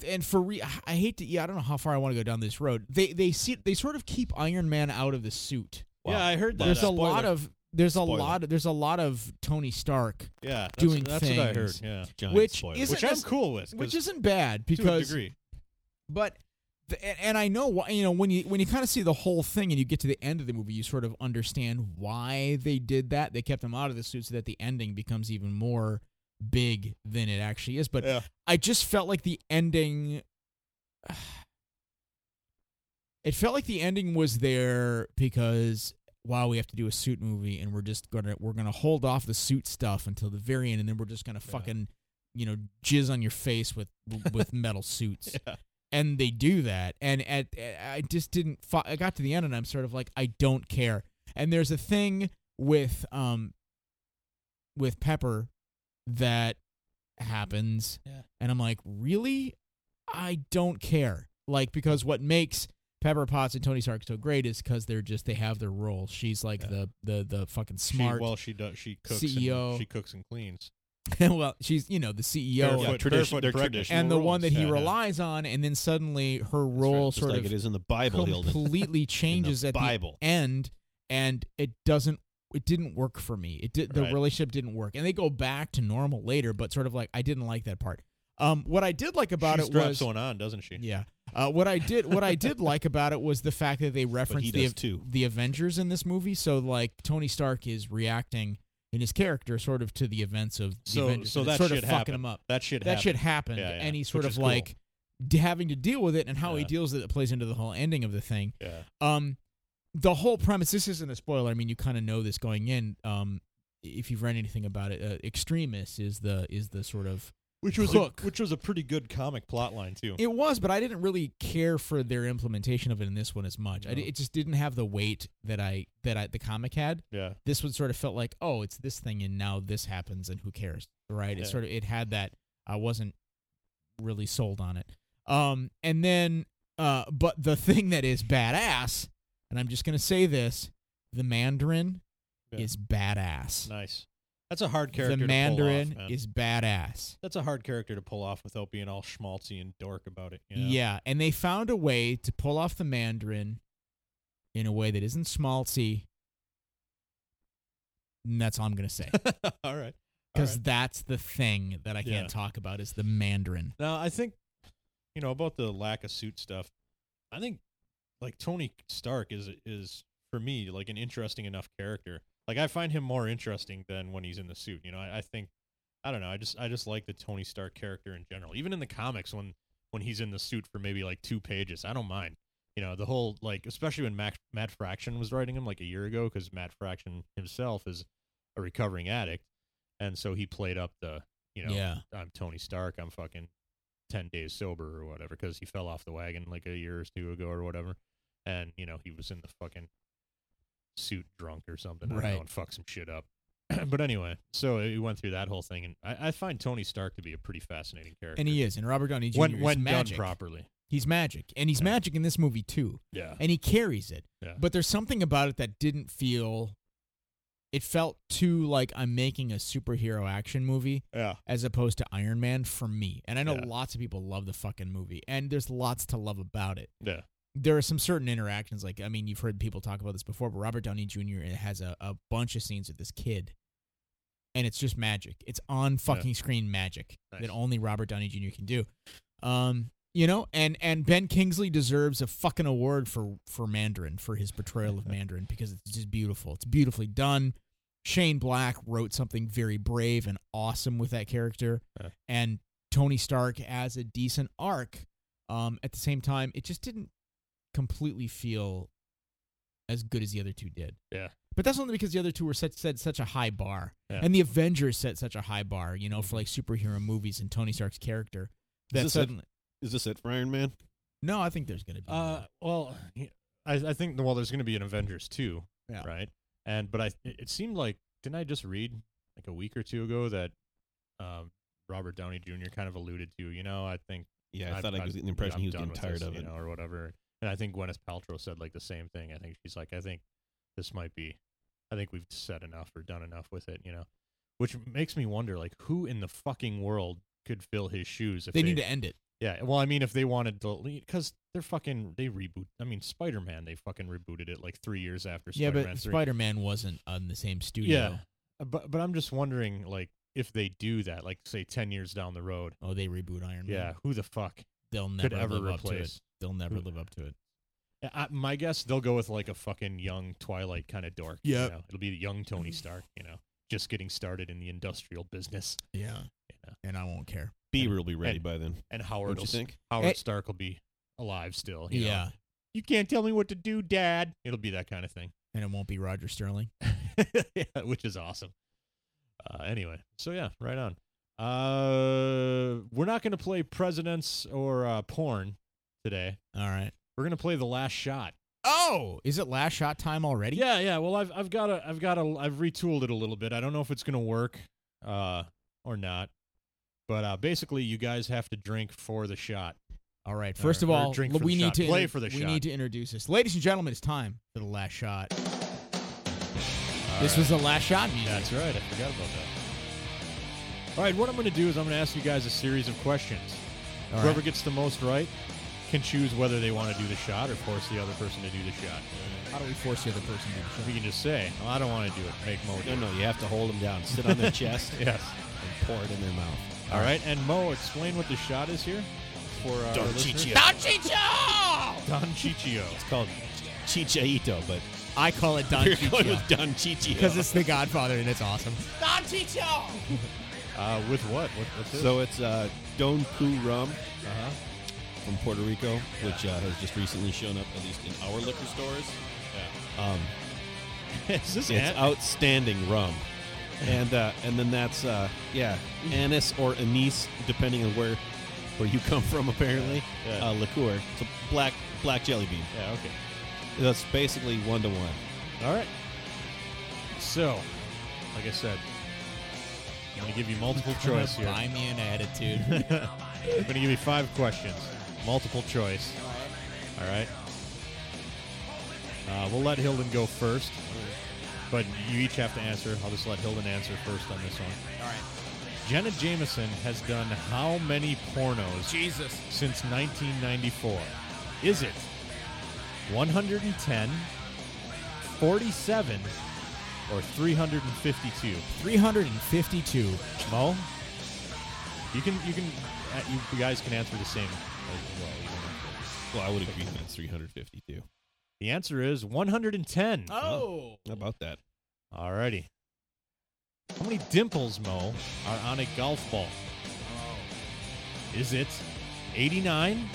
S1: and for re- I hate to, yeah, I don't know how far I want to go down this road. They they see they sort of keep Iron Man out of the suit.
S2: yeah, I heard that.
S1: There's a
S2: Spoiler.
S1: lot of there's a
S3: Spoiler.
S1: lot of, there's a lot of Tony Stark,
S2: yeah that's-
S1: doing
S2: that's what I heard.
S1: things.
S2: Yeah,
S3: Giant
S1: which
S3: spoiler.
S1: isn't
S2: which I'm
S1: nec-
S2: cool with.
S1: which
S2: 'cause
S1: isn't bad
S2: to a
S1: because
S2: degree.
S1: but the, and, and I know why you know when you when you kind of see the whole thing and you get to the end of the movie, you sort of understand why they did that. They kept him out of the suit so that the ending becomes even more big than it actually is. But
S2: Yeah.
S1: I just felt like the ending. [sighs] It felt like the ending was there because wow, we have to do a suit movie and we're just gonna we're gonna hold off the suit stuff until the very end, and then we're just gonna fucking you know jizz on your face with
S2: [laughs]
S1: with metal suits and they do that and at i just didn't fi- i got to the end and i'm sort of like i don't care and there's a thing with um with pepper that happens
S2: Yeah.
S1: and i'm like really i don't care like because what makes pepper potts and tony stark so great is because they're just they have their role she's like the the the fucking
S2: She-
S1: smart
S2: well, she does. She cooks.
S1: CEO.
S2: And, she cooks and cleans.
S1: [laughs] well she's you know the E ceo
S2: Barefoot-
S3: tradition-
S2: barefoot
S3: they're
S2: breakfast.
S3: traditional
S1: and the one that he
S2: Yeah, yeah.
S1: relies on and then suddenly her role
S3: Just
S1: sort
S3: like
S1: of
S3: it is in [laughs] the Bible, Hilden.
S1: completely changes at
S3: Bible.
S1: the end, and it doesn't. It didn't work for me. It did. The
S2: Right.
S1: relationship didn't work, and they go back to normal later. But sort of like I didn't like that part. Um, what I did like about
S2: she
S1: it
S2: straps
S1: was [laughs]
S2: one on, doesn't she?
S1: yeah. Uh, what I did what I did like about it was the fact
S3: [laughs]
S1: that they referenced the
S3: does too.
S1: the Avengers in this movie. So like Tony Stark is reacting in his character sort of to the events of the
S2: So
S1: Avengers,
S2: so
S1: and it's
S2: that
S1: sort
S2: shit
S1: of fucking
S2: happened.
S1: him up
S2: That shit.
S1: that
S2: happened.
S1: shit happened,
S2: Yeah, yeah.
S1: and he's sort
S2: Which
S1: of
S2: is cool.
S1: like d- having to deal with it and how he
S2: Yeah.
S1: deals with it plays into the whole ending of the thing.
S2: Yeah.
S1: Um, the whole premise. This isn't a spoiler. I mean, you kind of know this going in. Um, if you've read anything about it, uh, extremist is the is the sort of
S2: Which was
S1: Hook.
S2: a which was a pretty good comic plot line too.
S1: it was, but I didn't really care for their implementation of it in this one as much. I d
S2: No.
S1: it just didn't have the weight that I that I the comic had.
S2: yeah.
S1: This one sort of felt like, oh, it's this thing, and now this happens, and who cares, right? It
S2: Yeah.
S1: sort of it had that. I wasn't really sold on it. Um, and then, uh, but the thing that is badass, and I'm just gonna say this: the Mandarin
S2: Yeah.
S1: is badass.
S2: Nice. That's a hard
S1: the
S2: character.
S1: Mandarin
S2: to pull off, man.
S1: is badass.
S2: That's a hard character to pull off without being all schmaltzy and dork about it. You know?
S1: Yeah, and they found a way to pull off the Mandarin in a way that isn't schmaltzy. And that's all I'm gonna say
S2: [laughs] all right. All
S1: because that's the thing that I can't
S2: Yeah.
S1: talk about is the Mandarin.
S2: Now, I think, you know, about the lack of suit stuff. I think, like Tony Stark is is for me like an interesting enough character. Like I find him more interesting than when he's in the suit. You know, I, I think, I don't know. I just I just like the Tony Stark character in general. Even in the comics, when when he's in the suit for maybe like two pages, I don't mind. You know, the whole like, especially when Matt Matt Fraction was writing him like a year ago, because Matt Fraction himself is a recovering addict, and so he played up the you know
S1: yeah,
S2: I'm Tony Stark. I'm fucking 10 days sober or whatever because he fell off the wagon like a year or two ago or whatever. And, you know, he was in the fucking suit drunk or something. I don't know,
S1: Right.
S2: and fucked some shit up. [clears throat] but anyway, so he went through that whole thing. And I, I find Tony Stark to be a pretty fascinating character.
S1: And he is. And Robert Downey Jr.
S2: when
S1: is
S2: when
S1: magic.
S2: done properly.
S1: He's magic. And he's magic in this movie too.
S2: Yeah.
S1: And he carries it.
S2: Yeah.
S1: But there's something about it that didn't feel it felt too like I'm making a superhero action movie
S2: Yeah.
S1: as opposed to Iron Man for me. And I know
S2: Yeah.
S1: lots of people love the fucking movie and there's lots to love about it.
S2: Yeah.
S1: there are some certain interactions like i mean you've heard people talk about this before but robert downey jr has a, a bunch of scenes with this kid and it's just magic it's on fucking screen magic
S2: Nice.
S1: that only robert downey jr can do um you know and and ben kingsley deserves a fucking award for for mandarin for his
S2: [laughs]
S1: portrayal of mandarin because it's just beautiful it's beautifully done shane black wrote something very brave and awesome with that character
S2: Yeah.
S1: and tony stark has a decent arc um at the same time it just didn't completely feel as good as the other two did.
S2: Yeah.
S1: But that's only because the other two were such set such a high bar,
S2: Yeah.
S1: and the Avengers set such a high bar, you know, for like superhero movies and Tony Stark's character. That
S3: this a-
S1: suddenly,
S3: Is this it for Iron Man?
S1: no, I think there's gonna be.
S2: Uh, well, y- I, I think well, there's going to be an Avengers two,
S1: Yeah.
S2: right? And but I, it it seemed like didn't I just read like a week or two ago that um, Robert Downey Jr. kind of alluded to, you know, I think
S3: Yeah, I
S2: I've-
S3: thought I
S2: I've-
S3: was getting the
S2: yeah,
S3: impression
S2: I'm
S3: he was
S2: done
S3: getting
S2: with
S3: tired
S2: this,
S3: of
S2: you
S3: it.
S2: know, or whatever. And I think Gwyneth Paltrow said like the same thing. I think she's like, I think this might be, I think we've said enough or done enough with it, you know, which makes me wonder like who in the fucking world could fill his shoes if
S1: they need to end it.
S2: yeah, well, I mean, if they wanted to, because they're fucking, they reboot. I mean, Spider Man, they fucking rebooted it like three years after
S1: Yeah,
S2: Spider Man
S1: but
S2: 3.
S1: Spider Man wasn't on the same studio.
S2: yeah, but but I'm just wondering, like, if they do that, like, say, ten years down the road,
S1: Oh, they reboot Iron Man.
S2: yeah, who the fuck
S1: They'll Mm-hmm. never
S2: could ever
S1: live up to it.
S2: replace?
S1: They'll never
S2: Who-
S1: live up to it.
S2: I, my guess, they'll go with like a fucking young Twilight kind of dork.
S1: Yeah.
S2: you know? it'll be the young
S1: [laughs]
S2: Tony Stark. You know, just getting started in the industrial business,
S1: Yeah.
S2: Yeah.
S1: And I won't care.
S3: Beaver will be ready
S2: and-
S3: by then.
S2: and Howard,
S3: Don't
S2: will
S3: you
S2: s-
S3: think?
S2: Howard
S1: Eh.
S2: Stark will be alive still. you know?
S1: Yeah.
S2: you can't tell me what to do, Dad. It'll be that kind of thing.
S1: And it won't be Roger Sterling.
S2: [laughs] yeah, which is awesome. Uh, anyway, so yeah, right on. Uh, we're not going to play presidents or uh, porn today.
S1: All right.
S2: We're going to play the last shot.
S1: Oh, is it last shot time already?
S2: Yeah, yeah. Well, I've I've got a I've got a I've retooled it a little bit. I don't know if it's going to work uh, or not. But uh, basically, you guys have to drink for the shot.
S1: All right.
S2: Or-
S1: First of
S2: or
S1: all,
S2: drink
S1: l-
S2: for the
S1: we need
S2: shot.
S1: to
S2: Play
S1: inter-
S2: for the
S1: we
S2: shot.
S1: need to introduce this, ladies and gentlemen. It's time for the last shot.
S2: All
S1: this
S2: right.
S1: was the last shot music.
S2: That's right. I forgot about that. All right, what I'm going to do is I'm going to ask you guys a series of questions.
S1: All
S2: Whoever
S1: right.
S2: gets the most right can choose whether they want to do the shot or force the other person to do the shot.
S1: How do we force the other person to
S2: We can just say, "Oh, "I don't want to do it." Make Mo do
S3: No,
S2: it.
S3: no, you have to hold them down, sit on [laughs] their chest, and
S2: Yes.
S3: pour it in their mouth.
S2: All right, and Mo, explain what the shot is here for our
S3: Don
S2: listeners.
S3: Chichio.
S4: Don Chicho!
S2: Don Chichio.
S3: It's called Chichaito, but
S1: I call it Don
S3: we're going
S1: Chichio
S3: with Don Chichio.
S1: because it's the Godfather and it's awesome.
S4: Don Chicho!
S2: Uh, with what? what what's this?
S3: so it's uh, Don Pu Rum
S2: uh-huh.
S3: from Puerto Rico, which uh, has just recently shown up at least in our liquor stores. Um,
S2: [laughs] is this
S3: it's
S2: an-
S3: outstanding rum. And uh, and then that's uh, yeah anise or anise depending on where where you come from apparently
S2: Yeah, yeah.
S3: Uh, liqueur it's a black black jelly bean
S2: Yeah. Okay.
S3: that's basically one to one
S2: All right. So, like I said, I'm going to give you
S3: [laughs]
S2: multiple choice here.
S1: Buy me
S2: [laughs]
S1: an attitude.
S2: I'm going to give you five questions, multiple choice. All right. Uh, we'll let Hilden go first, but you each have to answer. I'll just let Hilden answer first on this one. All right. Jenna Jameson has done how many pornos
S1: Jesus.
S2: since 1994? Is it 110, 47, or 352?
S1: 352.
S2: Mo, you can you can uh, you you guys can answer the same. As well. You don't have to-
S3: well I would agree that's 352
S2: The answer is 110.
S1: Oh.
S3: how about that
S2: Alrighty. How many dimples, Mo, are on a golf ball?
S1: Oh.
S2: Is it 89,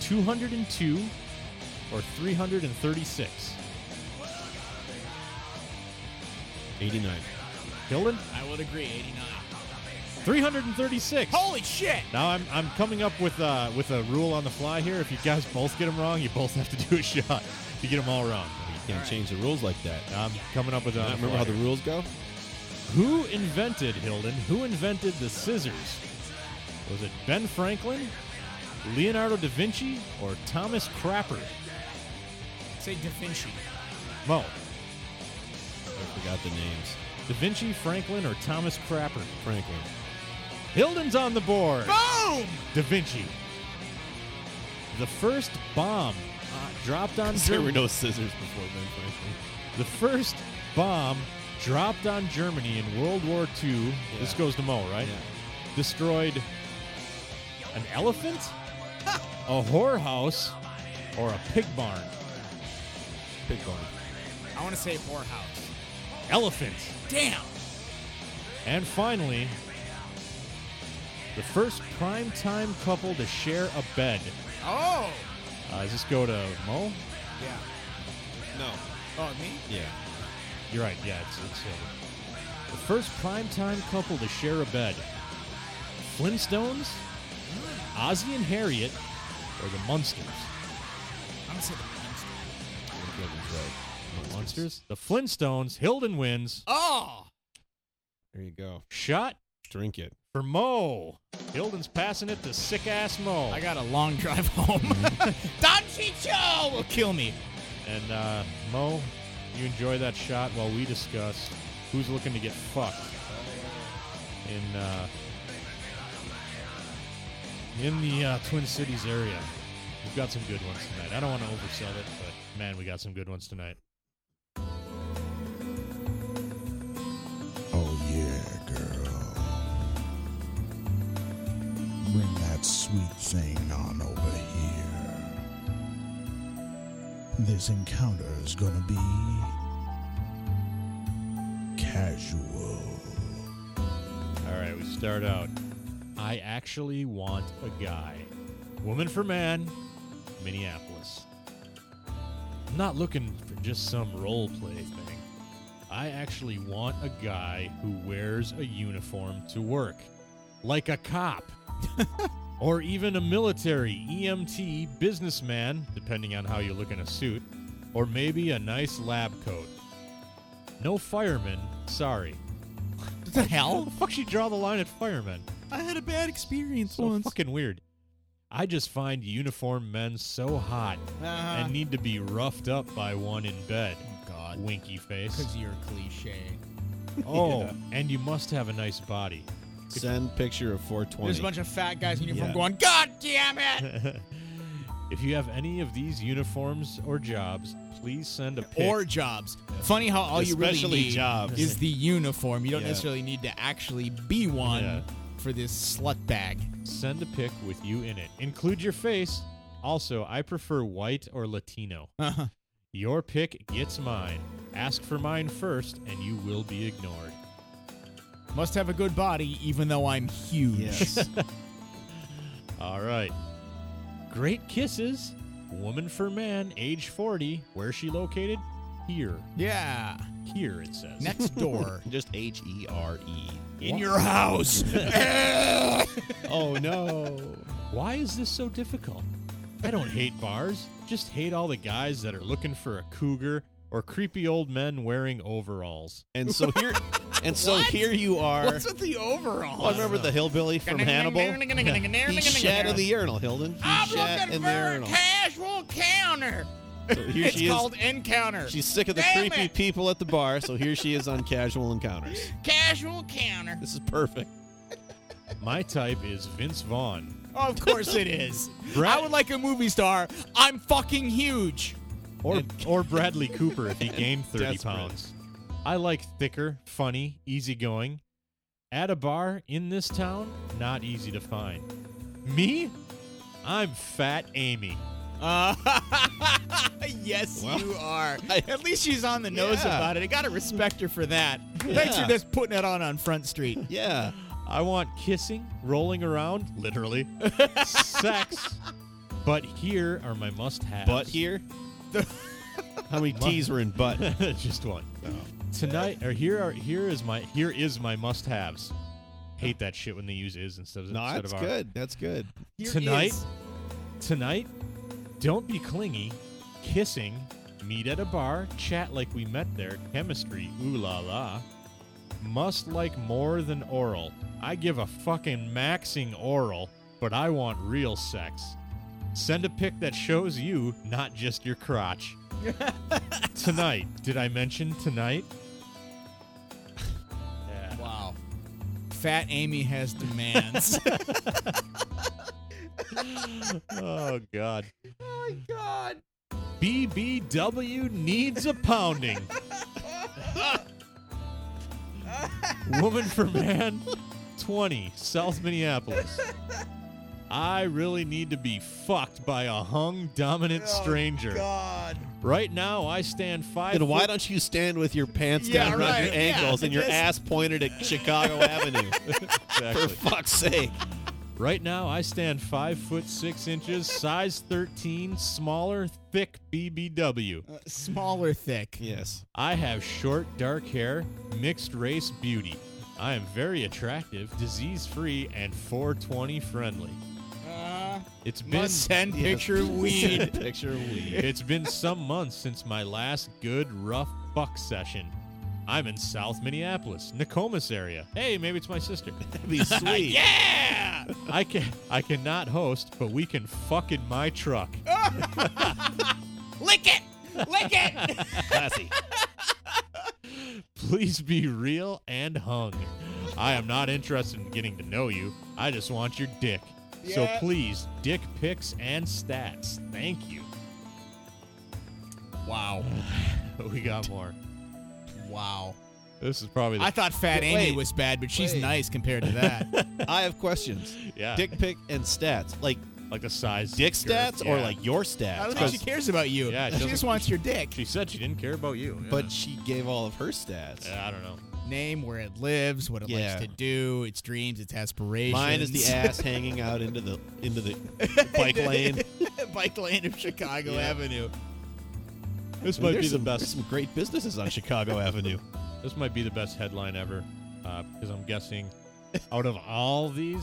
S2: 202, or 336?
S3: 89
S2: Hilden?
S1: I would agree. 89.
S2: 336.
S1: Holy shit!
S2: Now I'm I'm coming up with uh with a rule on the fly here. If you guys both get them wrong, you both have to do a shot. If you get them all wrong,
S3: You can't change the rules like that.
S2: I'm coming up with.
S3: Uh,
S2: Uh,
S3: remember how the rules go?
S2: Who invented Hilden? Who invented the scissors? Was it Ben Franklin, Leonardo da Vinci, or Thomas Crapper?
S1: Say Da Vinci.
S2: Mo,
S3: I forgot the names. [laughs]
S2: da Vinci, Franklin, or Thomas Crapper?
S3: Franklin.
S2: Hilden's on the board.
S1: Boom!
S2: Da Vinci. The first bomb uh, dropped on
S3: There were
S2: Germany.
S3: no scissors before Ben Franklin.
S2: The first bomb dropped on Germany in World War II. This
S3: Yeah.
S2: goes to Mo, right? Destroyed an elephant, a whorehouse, or a pig barn.
S3: Big one.
S1: I want to say whorehouse.
S2: Elephant.
S1: Damn!
S2: And finally, the first primetime couple to share a bed.
S1: Oh!
S2: Uh, does this go to Mo?
S1: Yeah.
S3: No.
S1: Oh, me?
S3: Yeah.
S2: You're right. Yeah, it's, it's uh, the first primetime couple to share a bed. Flintstones, Ozzy and Harriet, or the Munsters.
S1: I'm going to say the monster.
S2: The Munsters. The Flintstones. Hilden wins.
S1: Oh!
S3: There you go.
S2: Shot
S3: Drink it.
S2: for Mo. Hilden's passing it to sick ass Mo.
S1: I got a long drive home.
S2: Mm-hmm.
S1: [laughs] Don Chicho will kill me.
S2: and uh, Mo, you enjoy that shot while we discuss who's looking to get fucked in uh, in the uh, Twin Cities area. We've got some good ones tonight. I don't want to oversell it, but man, we got some good ones tonight.
S6: Oh yeah, girl. Bring that sweet thing on over here. This encounter is gonna be casual.
S2: All right, we start out. I actually want a guy. Woman for man, Minneapolis. I'm not looking for just some role play thing. I actually want a guy who wears a uniform to work, like a cop, [laughs] or even a military EMT businessman, depending on how you look in a suit, or maybe a nice lab coat. No fireman, sorry.
S1: What the
S2: How
S1: hell?
S2: the fuck she draw the line at firemen?
S1: I had a bad experience
S2: So fucking weird. I just find uniform men so hot
S1: Uh-huh.
S2: and need to be roughed up by one in bed. Uh,
S1: oh, God.
S2: Winky face. [laughs]
S1: Because you're cliche.
S2: Oh, and you must have a nice body.
S3: Send picture of
S1: There's
S3: 420.
S1: a bunch of fat guys in uniform
S2: Yeah.
S1: going, God damn it!
S3: [laughs]
S2: If you have any of these uniforms or jobs, please send a pic.
S1: Or jobs. Funny how all you
S3: Especially
S1: really need
S3: jobs.
S1: is the uniform. You don't
S3: Yeah.
S1: necessarily need to actually be one
S2: Yeah.
S1: for this slut bag.
S2: send a pic with you in it. Include your face. Also, I prefer white or Latino.
S1: Uh-huh.
S2: Your pick gets mine. Ask for mine first, and you will be ignored.
S1: Must have a good body, even though I'm huge.
S3: Yes.
S2: All right. Great kisses. Woman for man, age 40. Where is she located? Here.
S1: [laughs] yeah.
S2: Here, it says.
S1: [laughs] Next
S3: [laughs]
S1: door.
S3: Just H E R E.
S1: in your house.
S2: Oh, no. Why is this so difficult? I don't hate bars. Just hate all the guys that are looking for a cougar or creepy old men wearing overalls.
S3: And so here, and so here you are.
S1: What's with the overall?
S3: Oh, I remember the hillbilly
S1: [laughs]
S3: from Hannibal. He shat in the urinal, Hilden. He
S4: I'm
S3: shat
S4: looking
S3: in
S4: for
S3: the
S4: a
S3: urinal.
S4: casual counter.
S3: So here
S1: It's
S3: she is.
S1: called Encounter.
S3: She's sick of the
S4: Damn
S3: creepy
S4: it.
S3: people at the bar, so here she is on casual encounters.
S4: Casual counter.
S3: This is perfect.
S2: My type is Vince Vaughn.
S1: Oh, of course it is.
S2: Brad-
S1: I would like a movie star. I'm fucking huge.
S2: Or, or Bradley Cooper if he gained 30
S3: Desperate.
S2: pounds. I like thicker, funny, easygoing. At a bar in this town, not easy to find. Me? I'm Fat Amy.
S1: Uh, [laughs] yes, you are. At least she's on the nose
S3: Yeah.
S1: about it. I gotta respect her for that. Thanks for
S3: Yeah.
S1: just putting it on on Front Street.
S3: Yeah.
S2: I want kissing, rolling around,
S3: [laughs]
S2: literally, sex. But here are my must haves. [laughs]
S3: Butt here. How many T's were in butt? Oh.
S2: Just one. Tonight, or here are here is my here is my must haves. hate that shit when they use is instead of
S3: No,
S2: instead
S3: that's
S2: of our.
S3: good. That's good.
S1: Here
S2: Tonight?
S1: is-
S2: Tonight, don't be clingy. Kissing, meet at a bar, chat like we met there, chemistry, ooh la la. Must like more than oral. I give a fucking maxing oral, but I want real sex. Send a pic that shows you, not just your
S1: [laughs]
S2: crotch. tonight. Did I mention tonight? yeah.
S1: Wow. Fat Amy has
S3: [laughs]
S1: demands.
S2: Oh, God.
S1: oh my god.
S2: BBW needs a pounding. Woman for man, 20, South Minneapolis. I really need to be fucked by a hung, dominant stranger.
S1: Oh, God.
S2: Right now, I stand five. [laughs]
S3: Then why
S2: foot-
S3: don't you stand with your pants
S1: Yeah,
S3: down around
S1: right,
S3: your
S1: yeah,
S3: ankles and your
S1: this-
S3: ass pointed at Chicago Avenue? For
S2: Exactly.
S3: fuck's sake.
S2: Right now, I stand five foot six inches, size 13, smaller, thick BBW.
S1: Uh, small or thick.
S3: [laughs] Yes.
S2: I have short, dark hair, mixed race beauty. I am very attractive, disease free, and 420 friendly.
S1: Uh,
S2: It's been
S1: must send picture of weed.
S3: Picture of weed.
S2: it's been some months since my last good rough buck session. I'm in South Minneapolis, Nokomis area. Hey, maybe it's my sister. [laughs]
S3: That'd be sweet.
S2: yeah! I can I cannot host, but we can fuck in my truck. [laughs]
S10: Lick it! Lick it!
S3: Classy.
S2: Please be real and hung. I am not interested in getting to know you. I just want your dick. So
S1: Yeah.
S2: please, dick pics and stats. Thank you.
S1: wow.
S2: But [sighs] we got more.
S1: Wow.
S2: This is probably the
S1: I thought Fat
S3: Wait,
S1: Amy was bad, but she's
S3: wait.
S1: nice compared to
S3: [laughs]
S1: that.
S3: I have questions.
S2: yeah,
S3: Dick pic and stats. Like
S2: like the size
S3: dick
S2: girth,
S3: stats or
S2: yeah.
S3: like your stats?
S1: I don't think
S3: 'Cause-
S1: she cares about you.
S2: Yeah, it
S1: she just
S2: doesn't-
S1: wants your dick.
S2: she said she didn't care about you. yeah.
S3: but she gave all of her stats.
S2: Yeah, I don't know.
S1: Name, where it lives, what it
S3: Yeah.
S1: likes to do, its dreams, its aspirations.
S3: Mine is
S1: [laughs]
S3: the ass hanging out into the into the bike lane.
S1: [laughs] Bike lane of Chicago
S3: Yeah.
S1: Avenue.
S2: This
S3: There's
S2: might be the
S3: some,
S2: best.
S3: There's some great businesses on Chicago Avenue.
S2: This might be the best headline ever, uh, because I'm
S1: [laughs]
S2: guessing out of all these,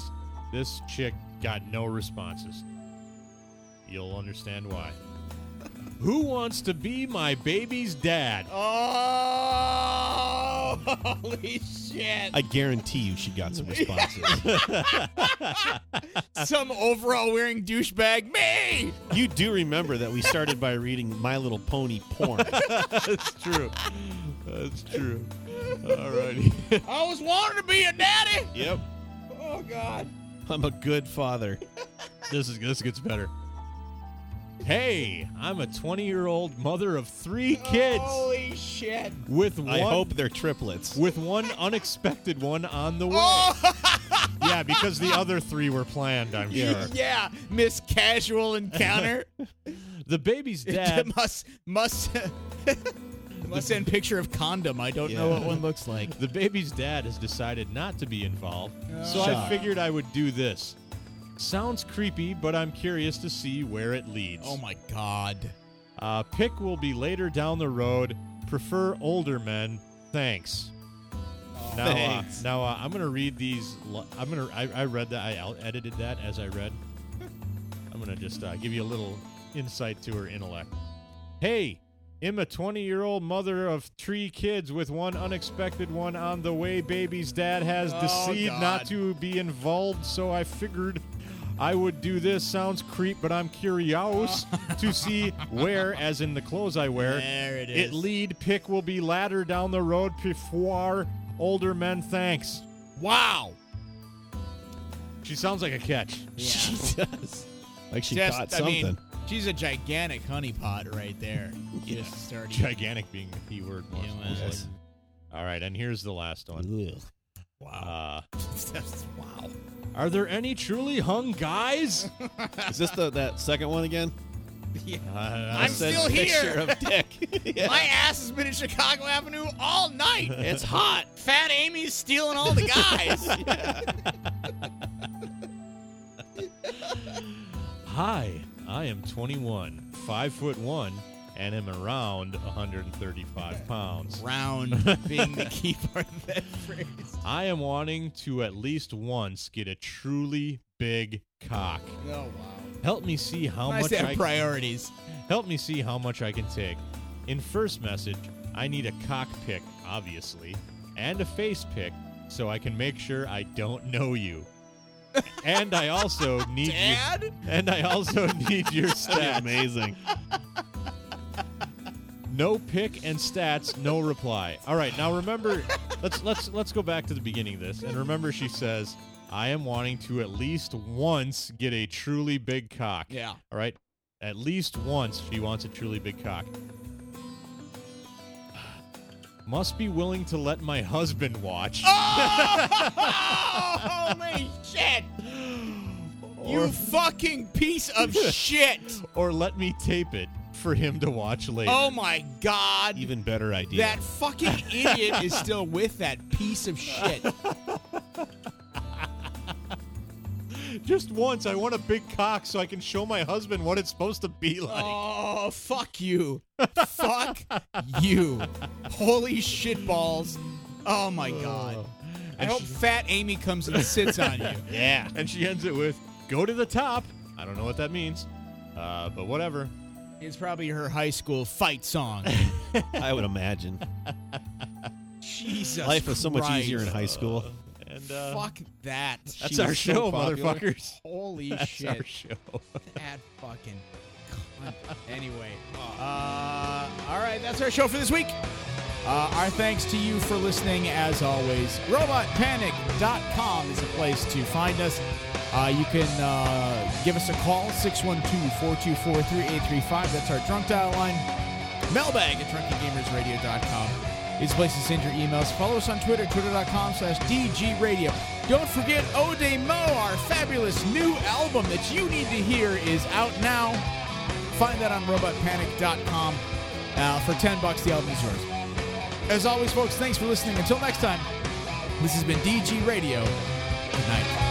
S2: this chick got no responses. You'll understand why. Who wants to be my baby's dad?
S1: Oh, [laughs] holy shit.
S3: I guarantee you, she got some responses. Uh,
S1: Some overall wearing douchebag, me!
S3: you do remember that we started by reading My Little Pony porn.
S2: That's true. That's true. Alrighty.
S1: I always wanted to be a daddy!
S3: yep,
S1: Oh, God.
S3: I'm a good father.
S2: [laughs] This is this gets better. Hey, I'm a 20 year old mother of three kids
S1: Holy shit.
S2: with one
S3: I hope they're triplets.
S2: with one unexpected one on the way. yeah, because the other three were planned. I'm sure.
S1: Oh. Yeah, Miss Casual Encounter. [laughs]
S2: The baby's [laughs] dad.
S1: must, must, [laughs] must send picture of condom. I don't know
S3: Yeah.
S1: what one looks like.
S2: The baby's dad has decided not to be involved, so I
S3: Shock.
S2: figured I would do this. Sounds creepy, but I'm curious to see where it leads.
S1: Oh, my God.
S2: Uh, pick will be later down the road. Prefer older men. Thanks. now, uh,
S3: Thanks.
S2: now uh, I'm gonna read these. Li- I'm gonna. I, I read that. I out- edited that as I read. I'm gonna just uh, give you a little insight to her intellect. Hey, I'm a 20 year old mother of three kids with one unexpected one on the way. Baby's dad has
S1: Oh,
S2: decided
S1: God.
S2: not to be involved, so I figured I would do this. Sounds creep, but I'm [laughs] curious to see where, as in the clothes I wear,
S1: There it is.
S2: it lead pick will be latter down the road before older men. Thanks.
S1: Wow.
S2: She sounds like a catch.
S1: Yeah.
S3: [laughs] does. Like she
S1: Just-
S3: caught
S1: I mean,
S3: something.
S1: she's a gigantic honeypot right there.
S3: Yeah.
S1: Just starting.
S2: Gigantic being the key word. most-
S1: Yeah,
S2: most
S1: yes.
S2: likely. All right, and here's the last one.
S3: Ugh.
S2: Uh,
S1: [laughs] That's- wow.
S2: are there any truly hung guys? [laughs]
S3: Is this the that second one
S1: [laughs]
S3: again?
S2: Uh,
S1: I'm
S3: It says
S1: still here.
S3: Picture of dick. [laughs] Yeah.
S1: My ass has been in Chicago Avenue
S2: [laughs]
S1: all night. It's hot. Fat Amy's stealing all the guys.
S2: Hi, I am 21, 5 foot 1, and am around 135 pounds.
S1: Round being the key part of that phrase.
S2: I am wanting to at least once get a truly big cock.
S1: Oh wow.
S2: Help me see how
S1: nice
S2: much
S1: to have
S2: I
S1: priorities.
S2: help me see how much I can take. In first message, I need a cock pic, obviously, and a face pic, so I can make sure I don't know you. And I also need
S1: Dad?
S2: you. And I also [laughs] need your stats. Amazing. No pick and stats, no reply. All right, now
S1: [laughs]
S2: remember, let's let's let's go back to the beginning of this and remember she says, "I am wanting to at least once get a truly big cock."
S1: Yeah.
S2: All right, at least once she wants a truly big cock. [sighs] Must be willing to let my husband watch.
S1: Ah! Holy shit! You fucking piece
S3: [laughs]
S1: of shit!
S2: or let me tape it for him to watch later.
S1: Oh my god!
S3: Even better idea.
S1: That fucking idiot is still with that piece of
S3: [laughs]
S1: shit.
S3: Oh.
S2: Just once, I want a big cock so I can show my husband what it's supposed to be like.
S1: Oh, fuck you. fuck you. Holy shit balls. Oh my god. I hope fat Amy comes and sits on you.
S3: [laughs]
S2: Yeah. And she ends it with, go to the top. I don't know what that means, uh, but whatever.
S1: It's probably her high school fight song.
S3: I would imagine.
S1: Jesus.
S3: Life was so much
S1: Christ.
S3: easier in high school.
S2: And uh,
S1: Fuck that.
S2: that's
S1: She
S2: our
S1: was so
S2: show,
S1: popular.
S2: motherfuckers.
S1: Holy
S2: That's
S1: shit.
S2: our show.
S1: That fucking. cunt. [laughs] anyway, uh, all right, that's our show for this week. Uh, our thanks to you for listening, as always. RobotPanic.com is a place to find us. Uh, you can uh, give us a call, 612-424-3835. That's our drunk dial line. Mailbag at drunkengamersradio.com is a place to send your emails. Follow us on Twitter, twitter.com slash dgradio. Don't forget Ode Mo, our fabulous new album that you need to hear is out now. Find that on robotpanic.com. Uh, for 10 bucks, the album is yours. As always, folks, thanks for listening. Until next time, this has been DG Radio. Good night.